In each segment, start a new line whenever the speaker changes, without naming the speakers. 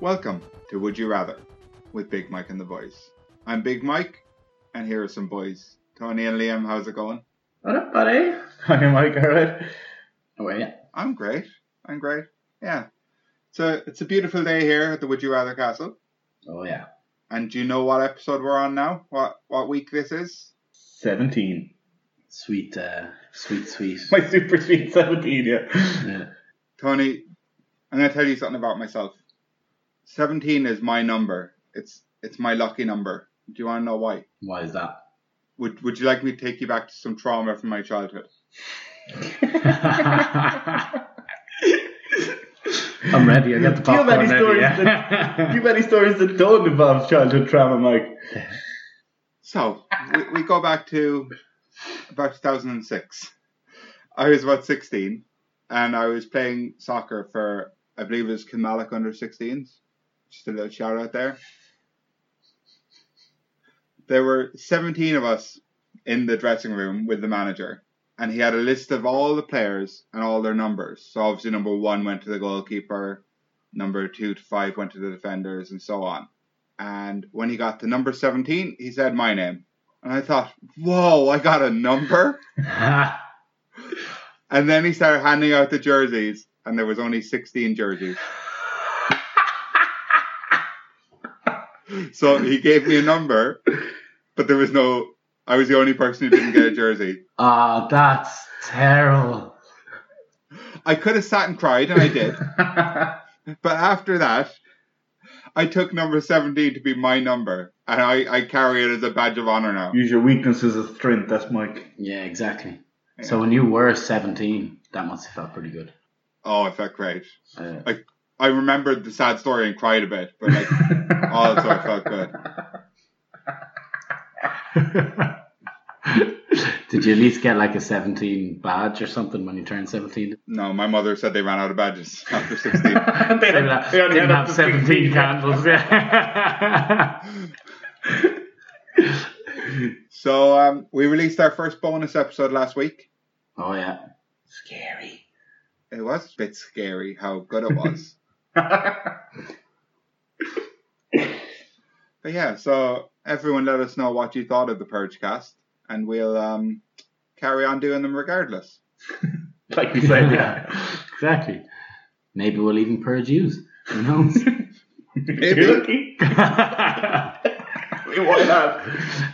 Welcome to Would You Rather with Big Mike and the Boys. I'm Big Mike, and here are some boys. Tony and Liam, how's it going?
What up, buddy? Hi, Mike. All right. Oh, wait. Yeah.
I'm great. I'm great. Yeah. So it's a beautiful day here at the Would You Rather Castle.
Oh, yeah.
And do you know what episode we're on now? What what week this is?
17.
Sweet, uh, sweet, sweet.
My super sweet 17, yeah.
Yeah.
Tony, I'm gonna tell you something about myself. Seventeen is my number. It's it's my lucky number. Do you wanna know why?
Why is that?
Would would you like me to take you back to some trauma from my childhood?
I'm ready. I got the
Do you have
popcorn
any
ready.
stories
yeah.
Too many stories that don't involve childhood trauma, Mike.
So we, we go back to about 2006. I was about 16, and I was playing soccer for I believe it was Kilmallock under 16s. Just a little shout out there. There were 17 of us in the dressing room with the manager, and he had a list of all the players and all their numbers. So obviously, number one went to the goalkeeper, number two to five went to the defenders, and so on. And when he got to number 17, he said my name. And I thought, whoa, I got a number? And then he started handing out the jerseys, and there was only 16 jerseys. so he gave me a number, but there was no, I was the only person who didn't get a jersey.
Ah, that's terrible.
I could have sat and cried, and I did. But after that, I took number 17 to be my number, and I, I carry it as a badge of honor now.
Use your weaknesses as strength. That's Mike.
yeah, exactly. So when you were 17, that must have felt pretty good.
Oh, I felt great.
Uh,
I remembered the sad story and cried a bit, but like, oh, also I felt good.
did you at least get like a 17 badge or something when you turned 17?
No, my mother said they ran out of badges after 16.
They
Didn't
had-
have,
they only
didn't have
had up to
17
16.
candles. Yeah.
so um, we released our first bonus episode last week.
oh, yeah.
Scary.
It was a bit scary how good it was. but yeah, so everyone let us know what you thought of the Purge cast, and we'll um, carry on doing them regardless.
Like we said, yeah.
exactly. Maybe we'll even purge yous. Who knows?
If You're lucky. Why not?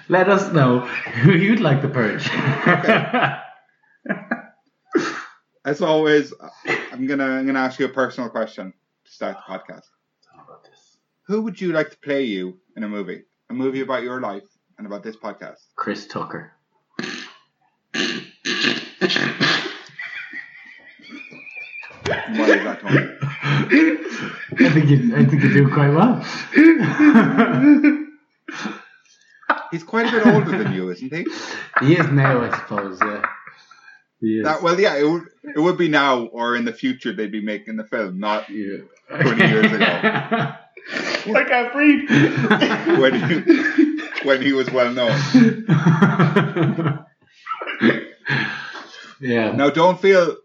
Let us know who you'd like to purge.
As always, I'm gonna I'm gonna ask you a personal question to start the podcast. Who would you like to play you in a movie? A movie about your life and about this podcast.
Chris Tucker.
And Why is that, Tony?
I think you, I think you do quite well.
He's quite a bit older than you, isn't he?
He is now, I suppose. Yeah. He is.
That well, yeah, it would it would be now or in the future they'd be making the film, not
Yeah.
20 years
ago.
I can't breathe.
when he, when he was well known.
yeah.
Now, don't feel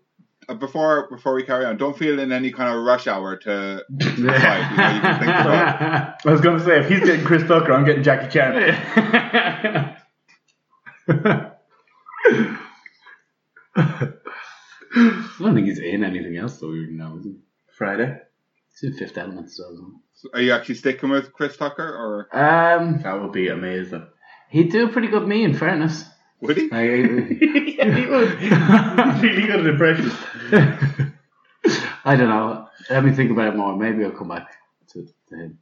uh, before before we carry on. Don't feel in any kind of rush hour to. you know, you can think about
I was going to say, if he's getting Chris Tucker, I'm getting Jackie Chan.
I don't think he's in anything else that we would know. Is he?
Friday.
He's in Fifth Element, so. isn't
Are you actually sticking with Chris Tucker or
he? Um,
That would be amazing.
he'd do a pretty good me, in fairness.
would he?
Like, I-
yeah, he would. He's really good at impressions.
I don't know. Let me think about it more. Maybe I'll come back to, to him.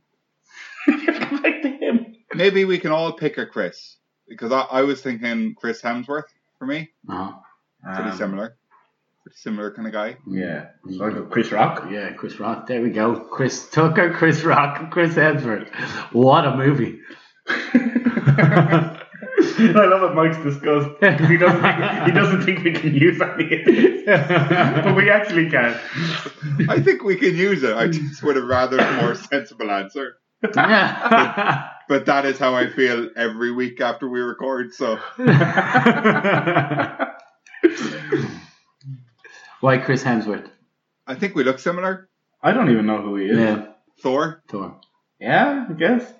Come back to him.
Maybe we can all pick a Chris because I, I was thinking Chris Hemsworth for me,
Uh-huh.
pretty similar, pretty similar kind of guy.
Um, Yeah. So I go Chris Rock.
Yeah, Chris Rock. There we go. Chris Tucker, Chris Rock, and Chris Hemsworth. What a movie!
I love it. Mike's disgust because he doesn't think, he doesn't think we can use any of this, but we actually can.
I think we can use it. I just would have rather a more sensible answer.
Yeah.
But that is how I feel every week after we record. So
Why Chris Hemsworth?
I think we look similar.
I don't even know who he is.
Yeah.
Thor.
Thor.
Yeah, I guess.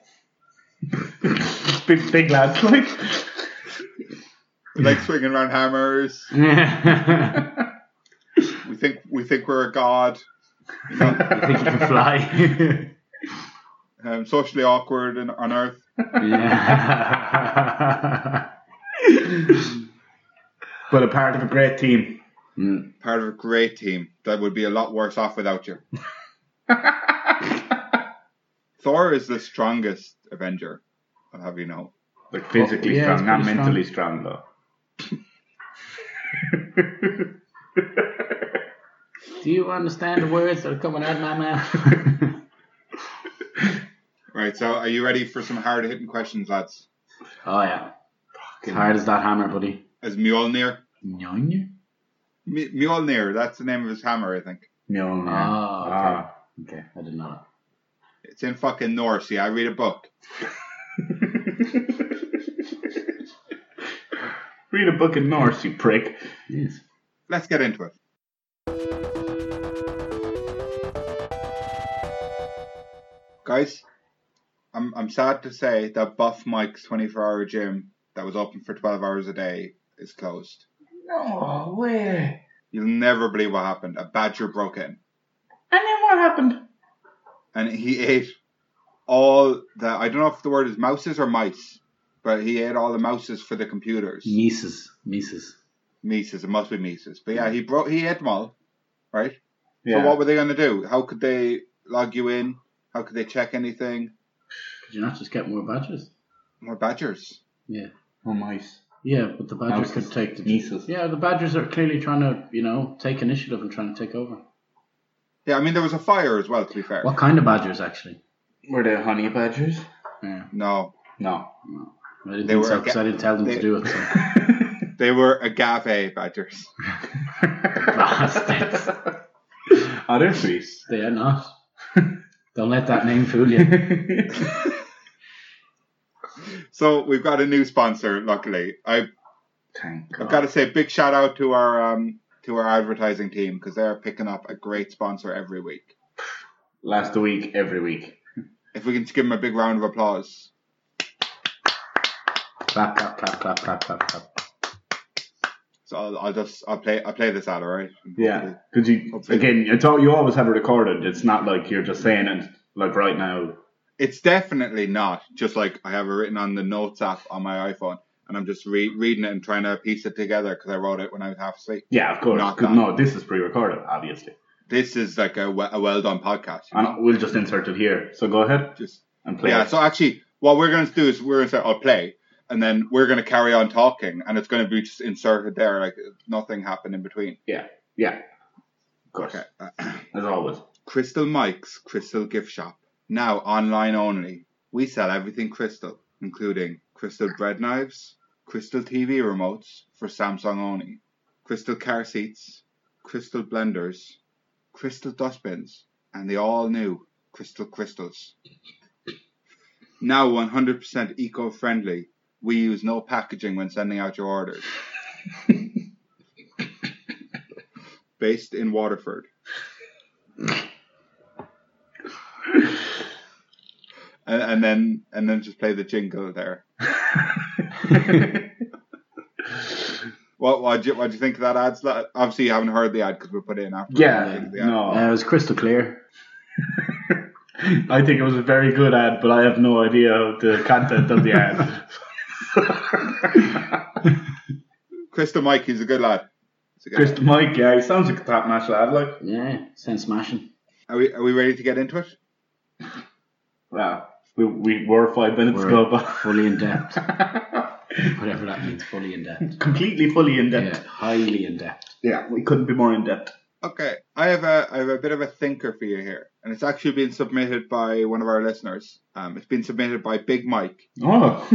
big, big lads, like.
We like swinging around hammers.
you
We think we think we're a god. You know,
think you can fly?
um, socially awkward in, on Earth.
yeah.
but a part of a great team.
Mm.
Part of a great team that would be a lot worse off without you. Thor is the strongest Avenger. I'll have you know.
Like physically
Yeah, it's
strong, not
pretty
mentally strong, though.
Do you understand the words that are coming out of my mouth?
Right. So, are you ready for some hard hitting questions, lads?
oh yeah. As hard as that hammer, buddy.
Is Mjolnir?
Mjolnir?
M- Mjolnir. That's the name of his hammer, I think.
Mjolnir.
Ah, okay.
Ah.
Okay, I didn't know
It's in fucking Norse. Yeah, I read a book.
Read a book in Norse, you prick.
that. Yes.
Let's get into it. Guys, I'm, I'm sad to say that Buff Mike's 24 hour gym that was open for 12 hours a day is closed.
No way.
You'll never believe what happened. A badger broke in
And then what happened?
and he ate all the, I don't know if the word is mouses or mice, but he ate all the mouses for the computers.
Mises. Mises.
Mises, it must be Mises. But yeah, he broke, he ate them all, right?
Yeah.
So what were they going to do? How could they log you in? How could they check anything?
Could you not just get more badges?
More badgers.
oh, mice.
Yeah, but the badgers
Mouses.
could take the
Mises.
Yeah, the badgers are clearly trying to, you know, take initiative and trying to take over.
Yeah, I mean there was a fire as well. To be fair,
What kind of badgers actually?
Were they honey badgers?
Yeah.
no,
No.
I didn't
They
think
were
so
aga-
'cause I didn't tell them
they-
to do it. So.
they were agave badgers.
Bastards.
Oh, they're sweet.
They are not. Don't let that name fool you.
So we've got a new sponsor. Luckily, I,
Thank
I've
God.
got to say big shout out to our um to our advertising team because they are picking up a great sponsor every week.
Last week, every week.
If we can just give them a big round of applause.
Clap, clap, clap, clap, clap, clap, clap.
So I'll, I'll just I'll play I'll play this out. All right.
Yeah, because you
Hopefully.
again, it's all, you always have it recorded. It's not like you're just saying it like right now.
It's definitely not just like I have it written on the notes app on my iPhone, and I'm just re- reading it and trying to piece it together because I wrote it when I was half asleep.
Yeah, of course.
Not
'cause
that.
no, this is pre-recorded, obviously,
This is like a, we- a well done podcast. you know?
and we'll just insert it here. So go ahead
Just
and play.
yeah.
it.
So actually, what we're going to do is we're going to say, "I'll play," and then we're going to carry on talking, and it's going to be just inserted there, like nothing happened in between.
yeah, of course,
Okay. uh,
as always.
Crystal Mike's Crystal Gift Shop. Now online only. We sell everything crystal, including crystal bread knives, crystal TV remotes for Samsung only, crystal car seats, crystal blenders, crystal dustbins, and the all new crystal crystals. Now 100% eco friendly. We use no packaging when sending out your orders. Based in Waterford. and, and then and then just play the jingle there. What what do you, what do you think of that ad? Sla- Obviously, you haven't heard the ad because we put it in after.
yeah,
Yeah.
no,
Uh, it was crystal clear.
I think it was a very good ad, but I have no idea of the content of the ad.
Crystal Mike, he's a good lad. He's a good
Chris Mike, yeah, he sounds like a top notch lad. Like,
Yeah, sounds smashing.
lad. Are we are we ready to get into it?
wow, we, we were five minutes
We're
ago, but
fully in depth, whatever that means. Fully in depth.
completely fully in
Yeah,
depth.
highly in depth.
Yeah. we couldn't be more in depth.
Okay, I have a I have a bit of a thinker for you here, and it's actually been submitted by one of our listeners. Um, it's been submitted by Big Mike.
Oh,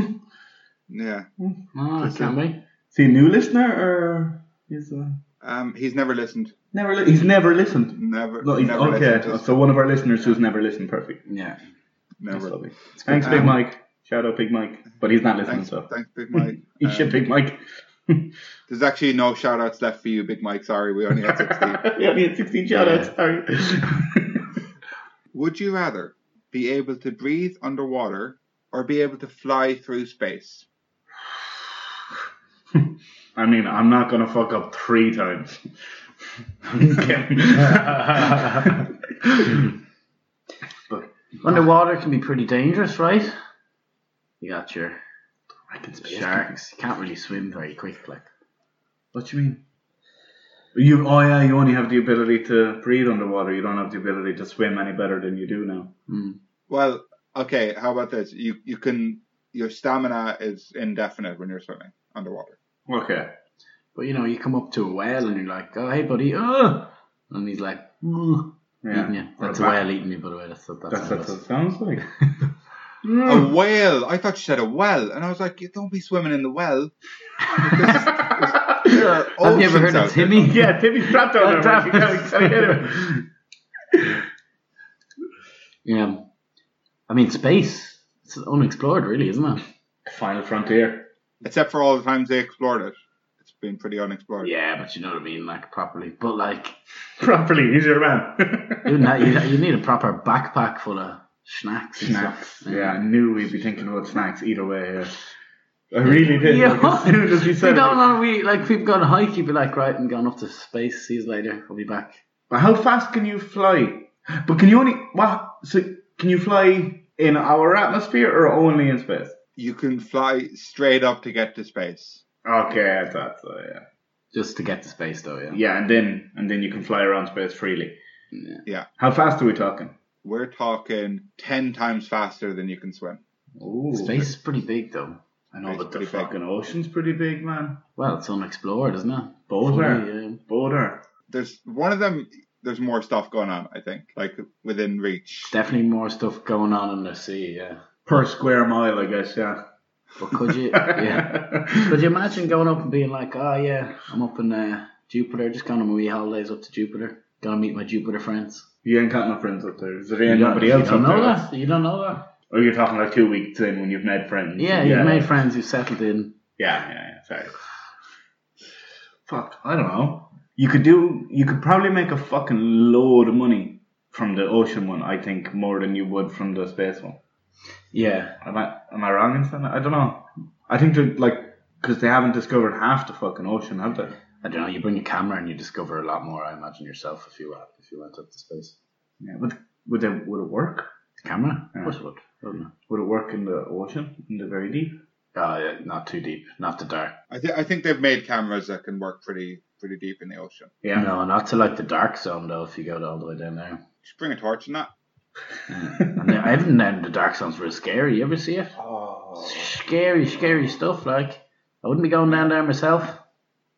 Yeah.
Oh, it can be.
is he a new listener or he's uh,
Um, he's never listened.
never? Li- he's never listened.
Never.
No, he's,
never
okay,
listened to us.
so one of our listeners who's never listened. Perfect.
Yeah.
That's
Never.
lovely. Thanks, Big
Um,
Mike. Shout out, Big Mike. But he's not listening,
Thanks,
so
thanks, Big Mike.
he
Um,
should, Big Mike.
There's actually no shout outs left for you, Big Mike. Sorry, we only had 16.
we only had 16 shout outs. Sorry.
Would you rather be able to breathe underwater, or be able to fly through space?
I mean, I'm not gonna fuck up three times. I'm kidding.
Underwater can be pretty dangerous, right? You got your
I can space
sharks. You can't really swim very quick, like.
What do you mean? You oh yeah, you only have the ability to breathe underwater. You don't have the ability to swim any better than you do now.
Mm.
Well, okay. How about this? You you can your stamina is indefinite when you're swimming underwater.
Okay.
But you know, you come up to a whale and you're like, "Oh, hey, buddy," oh! and he's like, "Mm,"
Yeah.
eating you.
Or
That's a
back-
whale eating you, by the way. That's that's,
That's
that's,
what it sounds like.
A
Hmm.
whale. I thought you said a well, and I was like, "You don't be swimming in the well. There are
Have you ever
oceans
heard
out
of
there.
Timmy?
yeah, Timmy's trapped
down
on
there, man. You
there.
can't- you can't get Yeah. I mean, space. It's unexplored, really, isn't it?
Final frontier.
Except for all the times they explored it. It's been pretty unexplored.
Yeah, but you know what I mean, like properly. But like,
Properly, he's your man.
you, know, you, you need a proper backpack full of snacks. and stuff.
Snacks. Mm. Yeah, I knew we'd be thinking about snacks either way. Yeah. I really did.
Yeah.
Like, as soon as we
We
said
don't
it.
know. We like we've gone hike. You'd be like, right, I'm going off to space. See you later. I'll be back.
But how fast can you fly? But can you only what? So can you fly in our atmosphere or only in space?
You can fly straight up to get to space.
Okay, I thought so. Yeah.
Just to get to space, though. Yeah.
Yeah, and then and then you can fly around space freely.
Yeah.
Yeah.
How fast are we talking?
We're talking 10 times faster than you can swim.
Ooh,
Space is pretty big, though.
I know, but the
Space is pretty big.
fucking ocean's pretty big, man.
Well, it's unexplored, isn't it?
Both
Fully,
are.
yeah.
Both are.
There's one of them, there's more stuff going on, I think, like within reach.
Definitely more stuff going on in the sea. Yeah.
Per square mile, I guess. Yeah.
But could you? yeah. Could you imagine going up and being like, oh yeah, I'm up in uh, Jupiter, just going on my wee holidays up to Jupiter, gonna meet my Jupiter friends.
you ain't got no friends up there. Is there ain't
You don't-
nobody else
you don't
up
know
there?
that. You don't know that.
Or Oh, you're talking like two weeks in when you've made friends.
Yeah, you've made friends, you've settled in.
Yeah, yeah, yeah. Sorry. Fuck, I don't know. You could do. You could probably make a fucking load of money from the ocean one. I think more than you would from the space one.
Yeah,
Am I am I wrong in saying that? I don't know. I think they're like because they haven't discovered half the fucking ocean, have they?
I don't know. You bring a camera and you discover a lot more. I imagine yourself if you went if you went up to space.
Yeah. Would would they, would it work?
The camera,
Yeah.
of course it would. wouldn't it?
Would it work in the ocean in the very deep? Uh,
Oh, yeah, not too deep, not too dark.
I, th- I think they've made cameras that can work pretty pretty deep in the ocean.
Yeah.
No, not to like the dark zone though. If you go all the way down there,
Just bring a torch and that.
and then, I haven't known the dark zone's real scary. You ever see it?
Oh.
Scary, scary stuff. Like I wouldn't be going down there myself.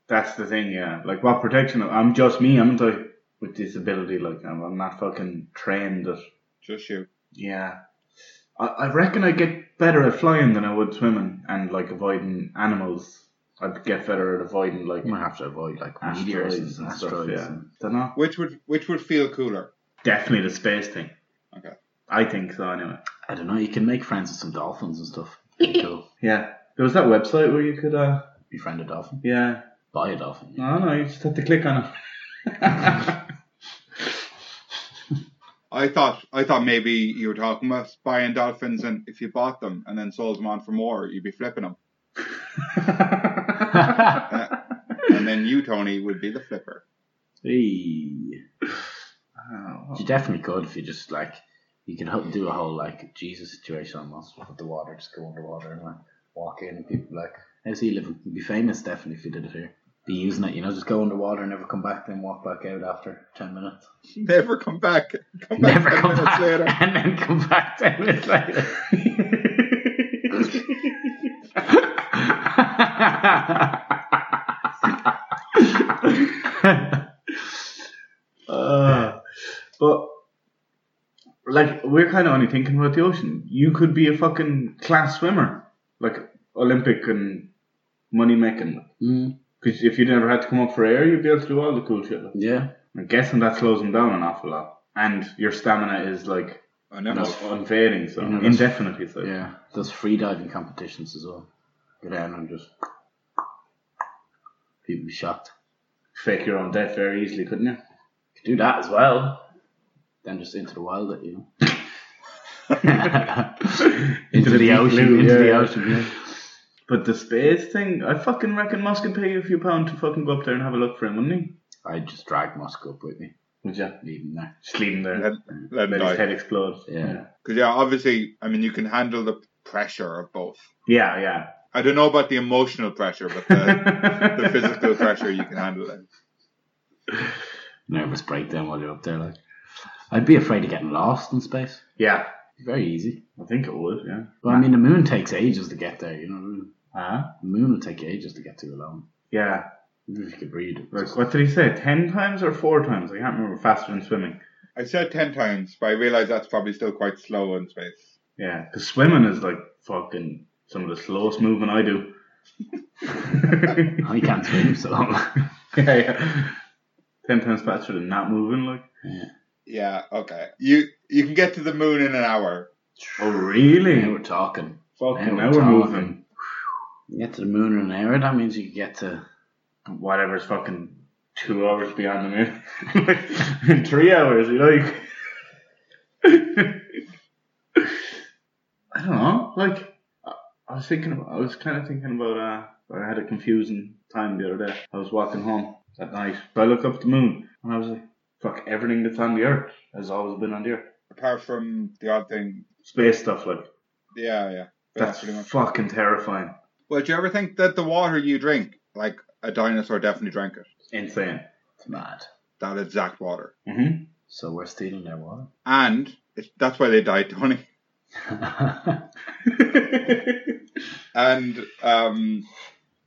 That's the thing, yeah. Like, what protection? I'm just me, I'm the with disability. Like, I'm, I'm not fucking trained at.
Just you.
Yeah, I, I reckon I get better at flying than I would swimming and like avoiding animals. I'd get better at avoiding like
You might have to avoid like meteors
asteroids
and,
and stuff.
asteroids.
yeah,
and-
dunno.
Which would which would feel cooler?
Definitely the space thing.
Okay.
I think so. Anyway.
I don't know. You can make friends with some dolphins and stuff. Pretty cool.
Yeah, there was that website where you could. uh
Befriend a dolphin.
Yeah.
Buy a dolphin.
No, no, you just have to click on it.
I thought I thought maybe you were talking about buying dolphins, and if you bought them and then sold them on for more, you'd be flipping them, and then you, Tony, would be the flipper.
Hey.
Oh,
You definitely could if you just like you can ho- do a whole like Jesus situation almost with the water, just go underwater and like walk in and people like how's he living? You'd be famous definitely if you did it here. Be using it, you know, just go underwater and never come back, then walk back out after ten minutes.
Never come back. Come back
Never
ten
come
minutes
back
later.
and then come back ten minutes later.
Uh, but like we're kind of only thinking about the ocean. You could be a fucking class swimmer, like Olympic and money making.
Mm,
Because if you never had to come up for air, you'd be able to do all the cool shit.
yeah.
I'm guessing that slows them down an awful lot, and your stamina is like
I never.
That's-
unfading, so
You know, that's-
indefinitely. So
Mm-hmm. Yeah, those freediving competitions as well. Go down and just people be shocked.
fake your own death very easily, couldn't you?
Could do that as well. Then just into the wild at you. into the,
deep
ocean,
blue,
into the
yeah.
ocean. Yeah.
But the space thing, I fucking reckon Musk could pay you a few pounds to fucking go up there and have a look for him, wouldn't he?
I just dragged Musk up with me,
Would you?
leave him there.
Just leave him there.
Let, let him
Let his
die.
head explode.
Yeah.
Because yeah, obviously, I mean, you can handle the pressure of both.
Yeah, yeah.
I don't know about the emotional pressure, but the,
Uh,
the physical pressure you can handle it.
Nervous breakdown while you're up there. Like, I'd be afraid of getting lost in space.
Yeah,
Very easy.
I think it would, yeah.
But I mean, the moon takes ages to get there. You know, what I mean?
Uh-huh.
the moon will take ages to get to alone.
Yeah.
Even if you could read it.
Like, what did he say? Ten times or four times? I can't remember. Faster than swimming.
I said ten times, but I realize that's probably still quite slow in space.
Yeah, because swimming is like fucking some of the slowest moving I do.
I can't swim, so
yeah, yeah. Ten times faster than not moving, like.
Yeah, okay. You you can get to the moon in an hour.
Oh, really?
now we're talking.
fucking
now
now
we're talking.
we're moving.
You get to the moon in an hour. That means you get to
Whatever's fucking two hours beyond the moon. In three hours, you know. You... I don't know. Like, I I was thinking. About, I was kind of thinking about. Uh, I had a confusing time the other day. I was walking home that night. So I looked up at the moon, and I was like, "Fuck! Everything that's on the earth has always been on the earth.
Apart from the odd thing.
Space stuff, like
Yeah, yeah.
that's fucking terrifying.
Well, do you ever think that the water you drink, like a dinosaur definitely drank it?
Insane.
it's mad.
That exact water.
Mm-hmm.
So we're stealing their water.
And it, that's why they died, Tony. And um,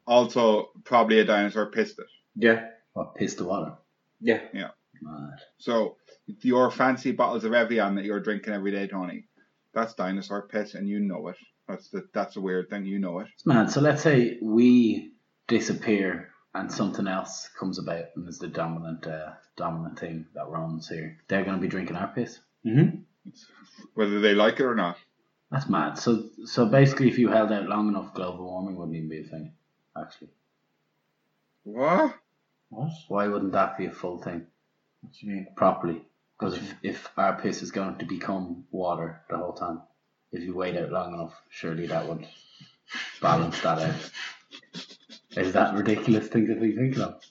also, probably a dinosaur pissed it.
yeah.
what pissed the water?
Yeah.
Mad.
So, your fancy bottles of Evian that you're drinking every day, Tony, that's dinosaur piss, and you know it. That's the that's a weird thing. You know it.
It's mad. So let's say we disappear and something else comes about and is the dominant uh, dominant thing that runs here. They're going to be drinking our piss.
Mm-hmm.
Whether they like it or not,
That's mad. So so basically, if you held out long enough, global warming wouldn't even be a thing. Actually,
what?
What?
why wouldn't that be a full thing
What do you mean?
properly? Because if, if our piss is going to become water the whole time, if you wait out long enough, surely that would balance that out. Is that ridiculous thing to be thinking of?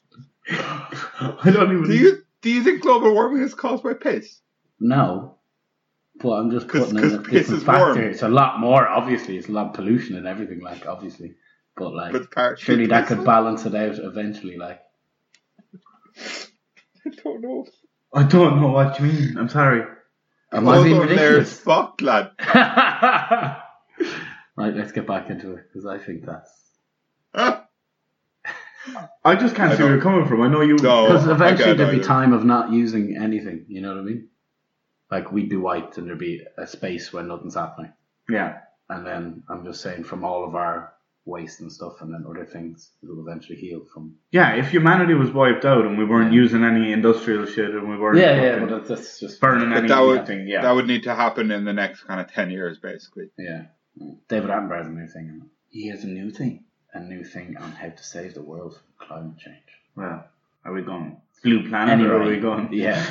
I don't even.
Do you do you think global warming is caused by piss?
No. But I'm just
'Cause-
putting in
'cause
a
piss
different
is warm.
factor. It's a lot more, obviously. It's a lot of pollution and everything, like, obviously. But, like,
But part
surely that could
I
balance it out eventually, like.
don't know.
I don't know what you mean. I'm sorry.
Am I being
Also, there's
ridiculous?
fuck, lad.
right, let's get back into it, because I think that's.
Ah,
I just can't
I
see where
don't-
you're coming from. I know you.
No.
Because
I
eventually
get
there'd be
either.
time of not using anything, you know what I mean? Like, we'd be wiped and there'd be a space where nothing's happening.
Yeah.
And then I'm just saying from all of our waste and stuff and then other things, it'll eventually heal from
Yeah. If humanity was wiped out and we weren't
Yeah.
using any industrial shit and we weren't
Yeah, yeah,
fucking
but that- that's just
burning
But
anything,
that would-
yeah.
That would need to happen in the next kind of ten years, basically.
Yeah, David Attenborough has a new thing. isn't it? He has a new thing, a new thing on how to save the world from climate change.
well, are we going blue planet or are
Anyway,
we going?
Yeah,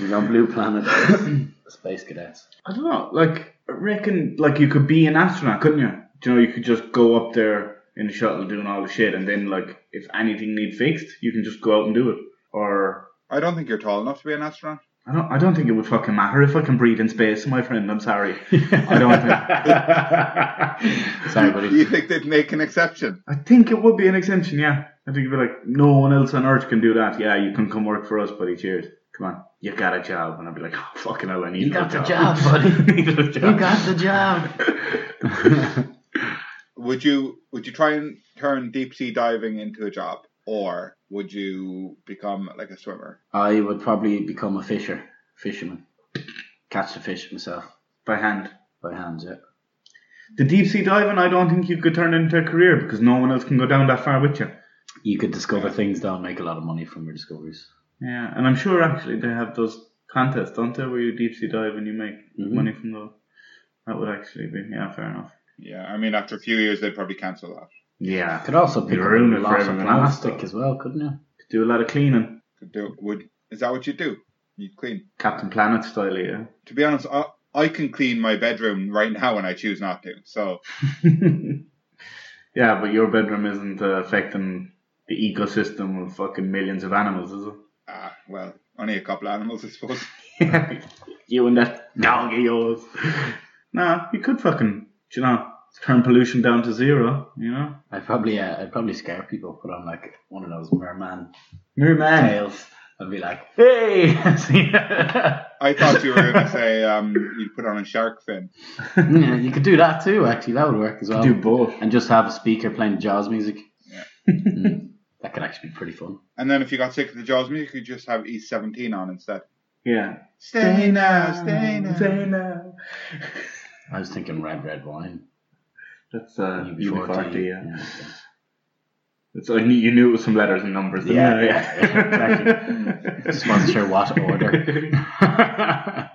we're on Blue Planet, as space cadets.
I don't know. Like, I reckon like you could be an astronaut, couldn't you? Do you know you could just go up there in the shuttle doing all the shit, and then like if anything need fixed, you can just go out and do it. Or
I don't think you're tall enough to be an astronaut.
I don't. I don't think it would fucking matter if I can breathe in space, my friend. I'm sorry. I don't think.
Sorry,
Do you
buddy.
think they'd make an exception?
I think it would be an exemption, yeah. I think it'd be like, no one else on earth can do that. Yeah, you can come work for us, buddy. Cheers. Come on. You got a job. And I'd be like, oh, fucking hell, I need
You
a
got the
job.
job, buddy.
Needed a job.
You got the job.
Would you would you try and turn deep sea diving into a job, or would you become like a swimmer?
I would probably become a fisher, fisherman, catch the fish myself
By hand.
by hand. Yeah.
The deep sea diving, I don't think you could turn into a career because no one else can go down that far with you.
You could discover things that will make a lot of money from your discoveries.
Yeah, and I'm sure actually they have those contests, don't they, where you deep sea dive and you make
Mhm.
money from those. That would actually be, yeah, fair enough.
Yeah, I mean, after a few years, they'd probably cancel that.
Yeah.
Could also pick
You
up
ruin it for
lots of
everyone else,
plastic
though.
as well, couldn't you?
Do a lot of cleaning.
Could do would is that what you do? You clean.
Captain Planet style, yeah.
To be honest, I, I can clean my bedroom right now and I choose not to. So
yeah, but your bedroom isn't uh, affecting the ecosystem of fucking millions of animals, is
ah, well, only a couple animals, I suppose.
it? you and that dog of yours. Nah, you could fucking, you know, turn pollution down to zero, you know?
I probably uh, I'd probably scare people, put on like one of those merman merman tails and be like, "Hey!" yeah,
I thought you were going to say um, you'd put on a shark fin.
you could do that too. Actually, that would work as well.
Do both.
And just have a speaker playing Jaws music.
Yeah.
Mm. That could actually be pretty fun.
And then if you got sick of the Jaws music, you could just have E17 on instead.
Yeah.
Stay now, stay now.
Stay now.
I was thinking red, red wine.
That's uh,
UB40,
UB40, yeah.
yeah.
It's, I knew, you knew it was some letters and numbers, didn't
Yeah,
you?
yeah, yeah, Just wasn't sure what order.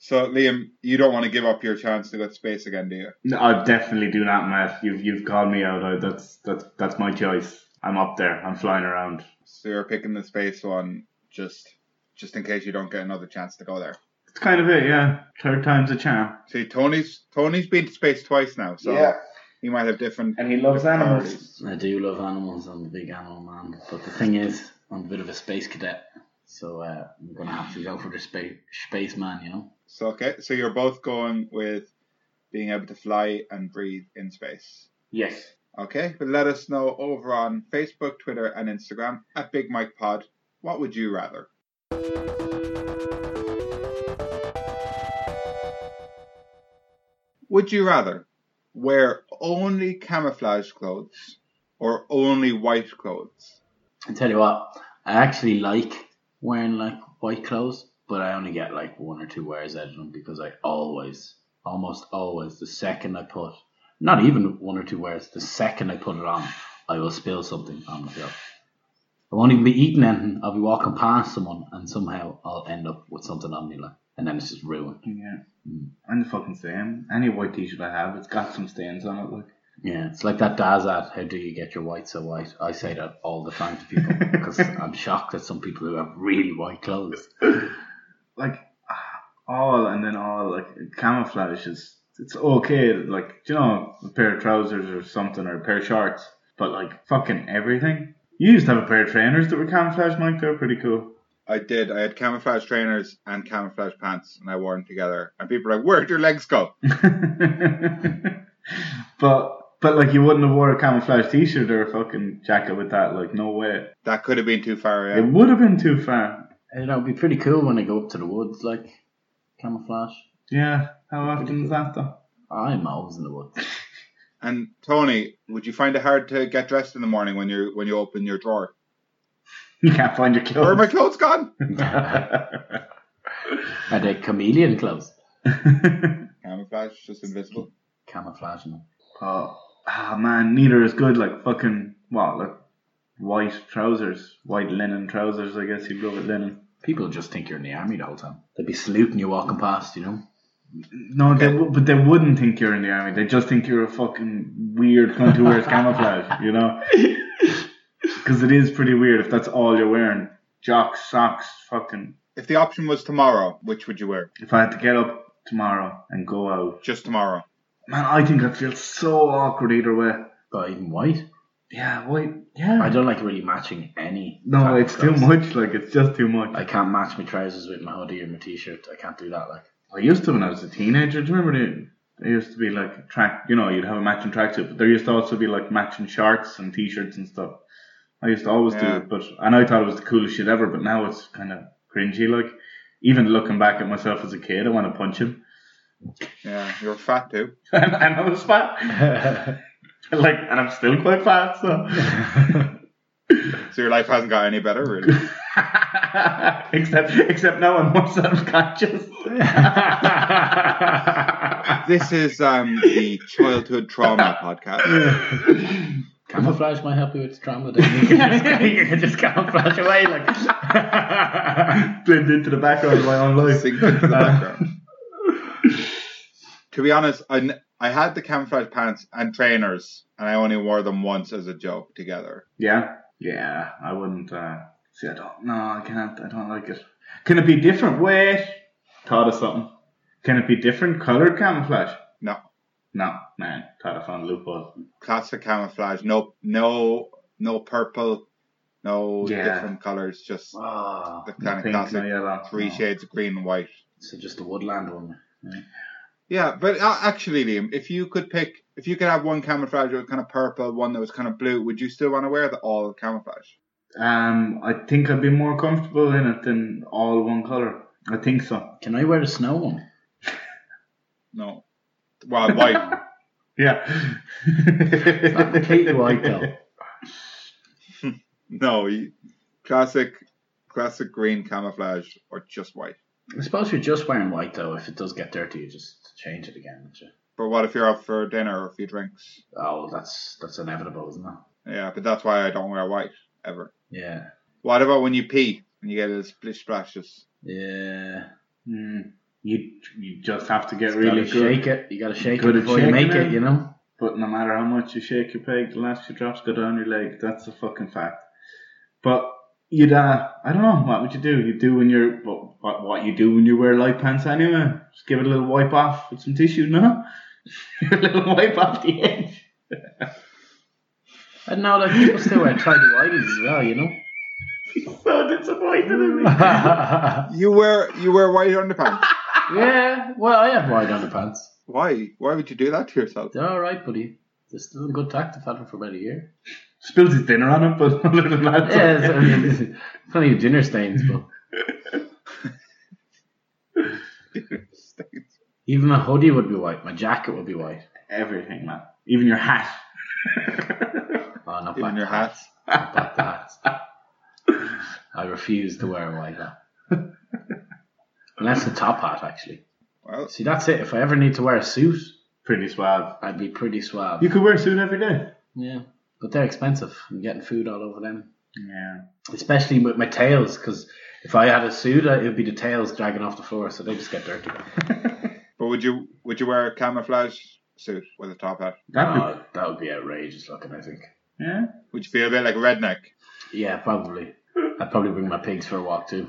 So Liam, you don't want to give up your chance to go to space again, do you?
No, I definitely do not, Matt. You've you've called me out. I, that's that's that's my choice. I'm up there. I'm flying around.
So you're picking the space one just just in case you don't get another chance to go there.
It's kind of it, yeah. Third time's a charm.
See, Tony's Tony's been to space twice now, so he might have different.
and he loves
priorities.
I do love animals. I'm a big animal man. But the thing is, I'm a bit of a space cadet. So uh, I'm going to have to go for the space spaceman, you know?
So okay, so you're both going with being able to fly and breathe in space.
Yes.
Okay, but let us know over on Facebook, Twitter, and Instagram at Big Mike Pod. What would you rather? Would you rather wear only camouflage clothes or only white clothes?
I tell you what, I actually like wearing like white clothes, but I only get like one or two wears out of them because I always, almost always, the second I put, not even one or two wears, the second I put it on, I will spill something on myself. I won't even be eating anything. I'll be walking past someone and somehow I'll end up with something on me, like, and then it's just ruined.
Yeah. I'm the fucking same. Any white t-shirt I have, it's got some stains on it. Like
Yeah, it's like that Daz ad, how do you get your white so white? I say that all the time to people because I'm shocked at some people who have really white clothes.
like ah, all and then all like camouflage is it's okay like you know a pair of trousers or something or a pair of shorts but like fucking everything you used to have a pair of trainers that were camouflage Mike they're pretty cool
I did. I had camouflage trainers and camouflage pants, and I wore them together. And people were like, "Where'd your legs go?"
but but like you wouldn't have wore a camouflage t-shirt or a fucking jacket with that like no way
That could have been too far.
it
Yeah.
would have been too far
You know, it'd be pretty cool when I go up to the woods, like camouflage.
yeah how often is that though
I'm always in the woods.
And Tony, would you find it hard to get dressed in the morning when you when you open your drawer?
you can't find your
Where are my
clothes
clothes gone?
Are they chameleon clothes?
Camouflage, just invisible.
Camouflage. No.
Oh, ah, man, neither is good. Like fucking what? Like white trousers, white linen trousers. I guess you go with linen.
People just think you're in the army the whole time. They'd be saluting you walking past, you know.
No, they w- but they wouldn't think you're in the army. They just think you're a fucking weird cunt who wears camouflage. You know, because it is pretty weird if that's all you're wearing. Jocks, socks, fucking.
If the option was tomorrow, which would you wear?
If I had to get up tomorrow and go out,
Just tomorrow.
man, I think I'd feel so awkward either way.
But even white.
Yeah, white. Yeah.
I don't like really matching any. type
no,
of
it's too
clothes.
much. Like it's just too much.
I can't match my trousers with my hoodie or my t-shirt. I can't do that. Like,
I used to when I was a teenager. Do you remember the, there used to be like a track? You know, you'd have a matching tracksuit, but there used to also be like matching shorts and t-shirts and stuff. I used to always do
Yeah.
it, but and I thought it was the coolest shit ever. But now it's kind of cringy. Like even looking back at myself as a kid, I want to punch him.
Yeah, you're fat too.
and I was fat, like, and I'm still quite fat. So
So your life hasn't got any better, really.
except except now I'm more self-conscious.
this is um, the childhood trauma podcast.
camouflage might help you with trauma. Then you can just, you can just camouflage away. Like,
Blend into the background of my own life.
Sink into the
Uh,
background. to be honest, I, n- I had the camouflage pants and trainers, and I only wore them once as a joke together.
Yeah. Yeah, I wouldn't uh, see. I don't. No, I can't. I don't like it. Can it be different? Wait. thought of something. Can it be different colored camouflage?
No.
No, man. Thought I found a loophole.
Classic camouflage. No, no, no purple. No
Yeah.
different colors. Just
Ah,
the
No
kind of
pink,
classic
no yellow,
three
no.
shades of green and white.
so just the woodland one. yeah.
Yeah, but uh, actually, Liam, if you could pick, if you could have one camouflage that was kind of purple, one that was kind of blue, would you still want to wear the all camouflage?
Um, I think I'd be more comfortable in it than all one color. I think so.
Can I wear the snow one?
No. Well, white.
Yeah.
Not completely white though.
no, you- classic, classic green camouflage or just white.
I suppose you're just wearing white though. If it does get dirty, you just change it again. don't you?
But what if you're out for dinner or a few drinks?
Oh, that's that's inevitable, isn't it?
Yeah, but that's why I don't wear white ever.
Yeah,
What about when you pee and you get little splish splashes?
yeah.
Mm, you you just have to get
You
really
gotta
good.
shake it. You gotta shake
Good
it
at
before you
shaking
make
it.
it. You know.
But no matter how much you shake your peg, the last few drops go down your leg. That's a fucking fact. But you'd uh, I don't know, what would you do? You do when you're what, what what you do when you wear light pants anyway? Just give it a little wipe off with some tissue, no? a little wipe off the edge.
And now, like people still wear tidy whities as well. You know.
He's so disappointed in me.
yeah.
You wear you wear white underpants.
Well, I have white underpants.
Why? Why would you do that to yourself?
They're all right, buddy. They're still in good tact. I've had them for about a year.
Spills his dinner on it, but other than that, it's
Yeah,
okay.
it's- I mean, it's plenty of dinner stains, but even my hoodie would be white. My jacket would be white.
everything, man. Even your hat.
Oh, not
Even
back
your
to
hats.
that. Not back to that. I refuse to wear a white hat. Unless a top hat, actually.
Well,
See, that's it. If I ever need to wear a suit,
Pretty suave.
I'd be pretty suave.
You could wear a suit every day.
Yeah, but they're expensive. I'm getting food all over them,
Yeah.
especially with my tails, because if I had a suit, uh, it would be the tails dragging off the floor, so they just get dirty.
but would you would you wear a camouflage suit with a top hat?
That'd be
Oh, that would be outrageous looking, I think.
Yeah.
Would you feel a bit like a redneck?
Yeah, probably. I'd probably bring my pigs for a walk too.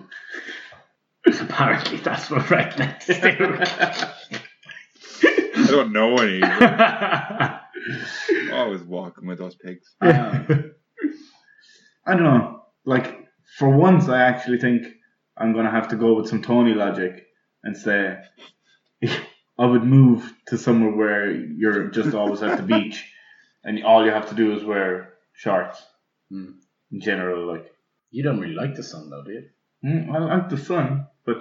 Apparently, that's what rednecks
I don't know any. I'm
do.
always walking with those pigs.
Um, I don't know. Like for once, I actually think I'm gonna have to go with some Tony logic and say I would move to somewhere where you're just always at the beach, and all you have to do is wear shorts.
Hmm.
In general, like
you don't really like the sun, though, do you?
mm, I like the sun, but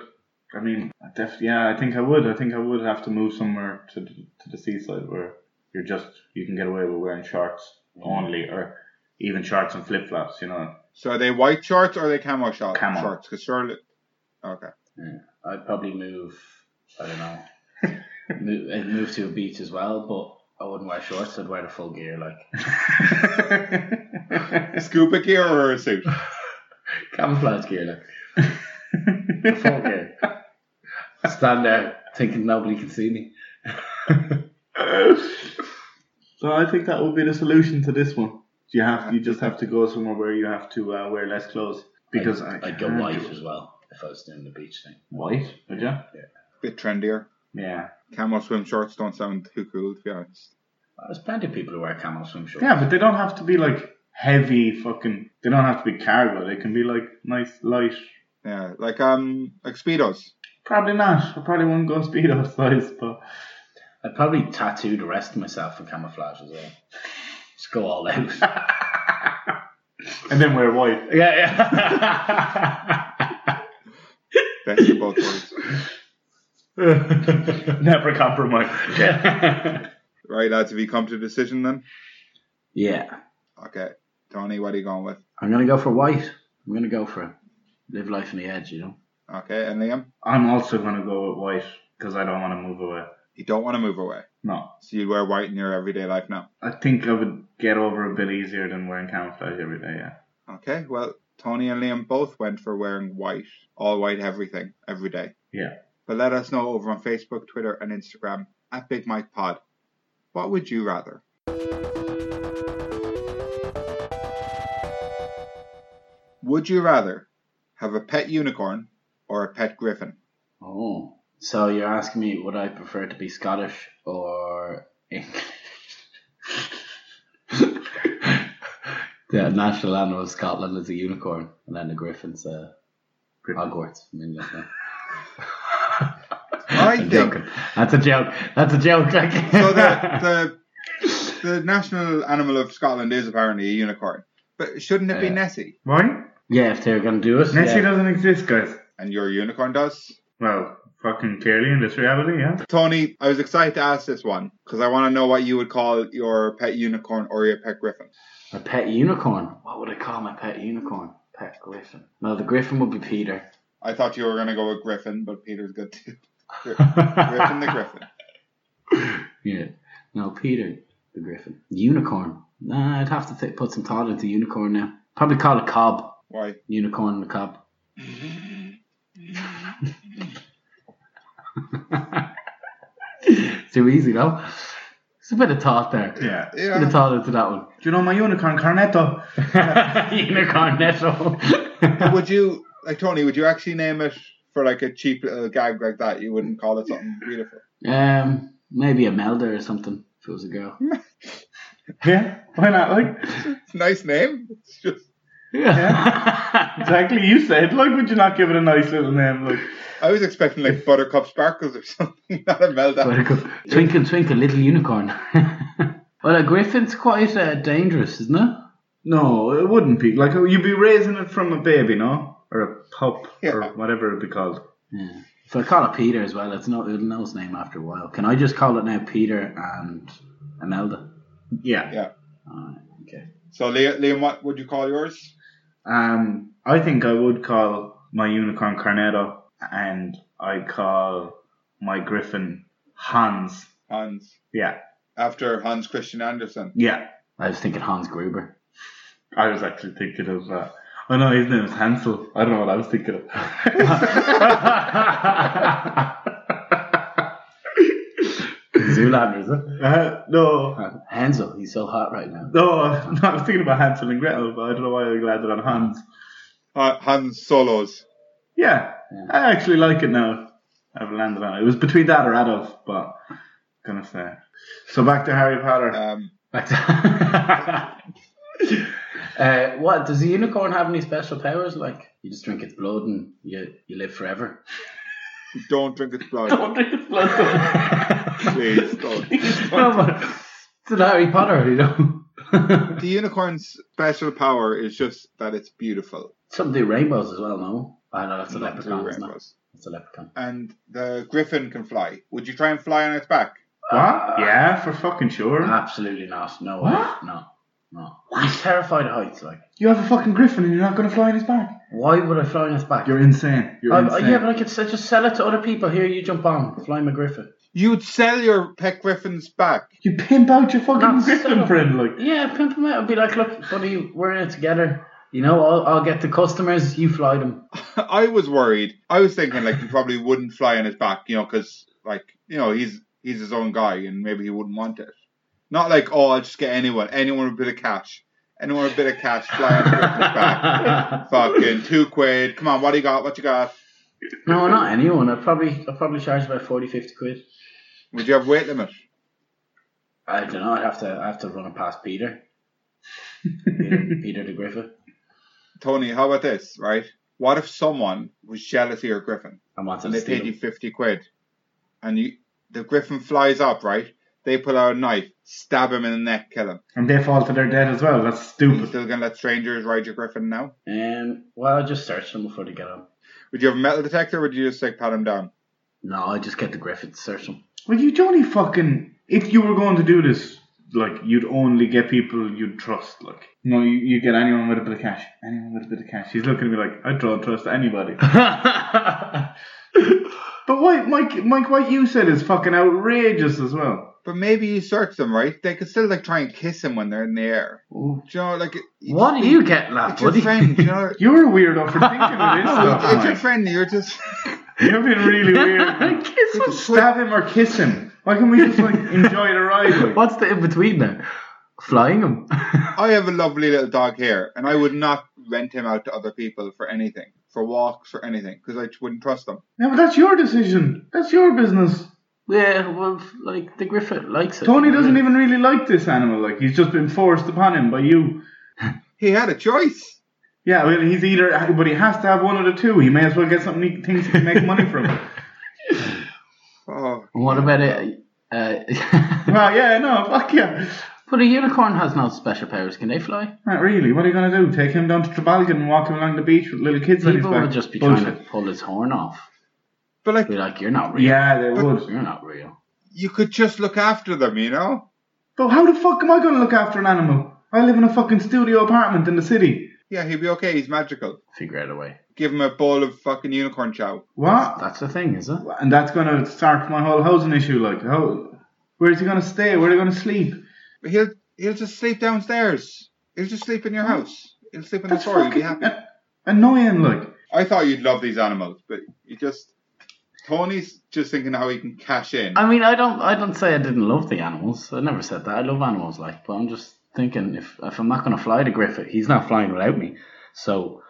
I mean, I def- yeah, I think I would. I think I would have to move somewhere to the, to the seaside where you're just you can get away with wearing shorts only, or even shorts and flip flops. You know,
So are they white shorts or are they camo shorts?
Camo.
Shorts, because surely. Okay.
I'd probably move. I don't know. move, I'd move to a beach as well, but I wouldn't wear shorts. I'd wear the full gear, like
Scuba gear or a suit?
camouflage gear, like the full gear. Stand there thinking nobody can see me.
so I think that would be the solution to this one. You have you just have to go somewhere where you have to uh, wear less clothes because
I'd,
I
I'd go
can't
white
do-
as well if I was doing the beach thing.
White, would you?
Bit trendier.
Yeah.
Camo swim shorts don't sound too cool, to be honest.
There's plenty of people who wear camo swim shorts.
Yeah, but they don't have to be like heavy fucking. They don't have to be cargo. They can be like nice light.
Yeah, like um, like speedos.
Probably not. I probably wouldn't go speedo size, but
I'd probably tattoo the rest of myself in camouflage as well. Just go all out. yeah,
and then wear white.
yeah.
Best of both worlds.
Never compromise.
Right, lads. Have you come to a decision then?
yeah.
Okay, Tony, what are you going with?
I'm gonna go for white. I'm gonna go for it. Live life on the edge, you know.
Okay, and Liam,
I'm also gonna go with white because I don't want to move away.
you don't want to move away,
No,
so you wear white in your everyday life now.
I think I would get over a bit easier than wearing camouflage every day. Yeah.
Okay, well, Tony and Liam both went for wearing white, all white everything, every day.
Yeah.
But let us know over on Facebook, Twitter, and Instagram at Big Mike Pod. What would you rather? Would you rather have a pet unicorn or a pet griffin?
Oh, So you're asking me would I prefer to be Scottish or English? the national animal of Scotland is a unicorn, and then the griffin's a Hogwarts from England. yeah.
I
I'm
think-
joking. that's a joke. That's a joke. Like,
So the, the the national animal of Scotland is apparently a unicorn, but shouldn't it be
Yeah.
Nessie?
Why?
yeah, if they're gonna do it,
Nessie
yeah.
doesn't exist, guys.
And your unicorn does.
Well, fucking clearly in this reality, yeah.
Tony, I was excited to ask this one because I want to know what you would call your pet unicorn or your pet griffin.
a pet unicorn. What would I call my pet unicorn? Pet griffin. No, the griffin would be Peter.
I thought you were going to go with griffin, but Peter's good too. Griffin
griffin
the griffin.
Yeah. No, Peter the Griffin. Unicorn. Nah, I'd have to th- put some thought into unicorn now. Probably call it cob.
Why?
Unicorn and a cob. Too easy, though. There's a bit of thought there.
Yeah.
A
Do
bit of
Yeah.
thought into that one.
you know my unicorn, Cornetto?
Unicorn nettle.
Would you like Tony? Would you actually name it for like a cheap little gag like that? You wouldn't call it something beautiful.
um, maybe a melder or something if it was a girl.
Yeah. Why not? Like,
It's a nice name. It's just
Yeah.
exactly. You said, like, would you not give it a nice little name? Like,
I was expecting like buttercup sparkles or something, not a meltdown.
twinkle, twinkle, little unicorn. well, a griffin's quite uh, dangerous, isn't it?
no, it wouldn't be. Like, you'd be raising it from a baby, no? Or a pup,
Yeah.
or whatever it'd be called.
Yeah. If I call it Peter as well, it's not it'll know his name after a while. Can I just call it now Peter and Imelda?
Yeah.
Alright, okay.
So Liam, Liam, what would you call yours?
Um, I think I would call my unicorn Cornetto, and I call my griffin Hans.
Hans,
Yeah.
after Hans Christian Andersen.
Yeah.
I was thinking Hans Gruber.
I was actually thinking of. Uh, oh no, his name is Hansel. I don't know what I was thinking of.
Zoolander, is it?
Uh, no,
Uh, Hansel, he's so hot right now.
no, no, I was thinking about Hansel and Gretel, but I don't know why I landed on Hans.
Ha- Uh, Hans Solos.
Yeah,
Yeah.
I actually like it now. I've landed on it. It was between that or Adolf, but gonna say. So back to Harry Potter.
Um,
Back to- uh, what does the unicorn have any special powers? Like you just drink its blood and you you live forever.
don't drink its blood,
Don't drink its Uh, blood.
please. Don't.
no, but it's an Harry Potter, you know.
The unicorn's special power is just that it's beautiful.
Some do rainbows as well, no? I know that's a
Not
leprechaun.
blue
It's not.
rainbows.
That's a leprechaun.
And the griffin can fly. Would you try and fly on its back?
what? yeah, for fucking sure.
Absolutely not. No way.
What?
No. No. He's terrified of heights. Like,
you have a fucking griffin and you're not gonna fly on his back.
why would I fly on his back?
You're insane. You're
Um,
insane.
yeah, but I could s- just sell it to other people. Here, you jump on, fly my griffin.
You'd sell your pet griffin's back.
you pimp out your fucking
Not
griffin
so-
friend, like.
Yeah, pimp him out. I'd be like, look, buddy, we're in it together. You know, I'll, I'll get the customers. You fly them.
I was worried. I was thinking like you probably wouldn't fly on his back, you know, because like you know he's he's his own guy and maybe he wouldn't want it. Not like oh I'll just get anyone, anyone with a bit of cash, anyone with a bit of cash, fly on his griffin's back. Fucking two quid. Come on, what do you got? What you got?
no, not anyone. I'd probably, I'd probably charge about 40, 50 quid.
Would you have weight limit?
I don't know. I'd have to, I have to run it past Peter. Peter, Peter the Griffin.
Tony, how about this, right? What if someone was jealous of your griffin
I want
and
to
they
steal
paid you
him.
50 quid and you the griffin flies up, right? They pull out a knife, stab him in the neck, kill him.
And they fall to their death as well. That's
You
stupid.
still gonna let strangers ride your griffin now?
Um, well, I'll just search them before they get on.
Would you have a metal detector or would you just like pat him down?
No, I just get the Griffin to search them.
Well, you'd only fucking. If you were going to do this, like, you'd only get people you'd trust. Like, no, you, you get anyone with a bit of cash. Anyone with a bit of cash. He's looking at me like, I don't trust anybody. but why, Mike, Mike, what you said is fucking outrageous as well.
But maybe you search them, right? They could still like try and kiss him when they're in the air.
Ooh.
Do you know, like it-
what are you getting at,
it's your
buddy?
friend, do you know?
You're a weirdo for thinking of this stuff.
It's your
Mike.
friend. You're just
You're being really weird.
Kiss him.
Stab him or kiss him. Why can't we just, like, enjoy the ride? Like?
What's the in between there? Flying him.
I have a lovely little dog here, and I would not rent him out to other people for anything. for walks, for anything, because I just wouldn't trust them.
Yeah, but that's your decision. That's your business.
Yeah, well, like the Griffith likes it.
Tony doesn't even really like this animal. Like he's just been forced upon him by you.
He had a choice.
Yeah, well, he's either, but he has to have one of the two. He may as well get something he thinks he can make money from.
Oh,
What about it? Uh,
Well, yeah, no, fuck yeah.
but a unicorn has no special powers. Can they fly?
Not really. What are you gonna do? Take him down to Trebalgan and walk him along the beach with little kids on his
People
back?
would just be
Bullshit.
trying to pull his horn off.
but like
Be like, you're not real.
Yeah, they would.
You're not real.
you could just look after them, you know?
But how the fuck am I gonna look after an animal? I live in a fucking studio apartment in the city.
Yeah, he'd be okay. He's magical.
Figure out a way.
Give him a bowl of fucking unicorn chow.
What?
That's the thing, is it?
And that's gonna start my whole housing issue. Like, how? Where's he gonna stay? Where are they gonna sleep?
But he'll he'll just sleep downstairs. He'll just sleep in your house. He'll sleep in the
Mm. That's
floor. You'll be
fucking
happy.
a- annoying. Like,
I thought you'd love these animals, but you just Tony's just thinking how he can cash in.
I mean, I don't, I don't say I didn't love the animals. I never said that. I love animals, like, but I'm just thinking if if I'm not going to fly the Griffith, he's not flying without me. So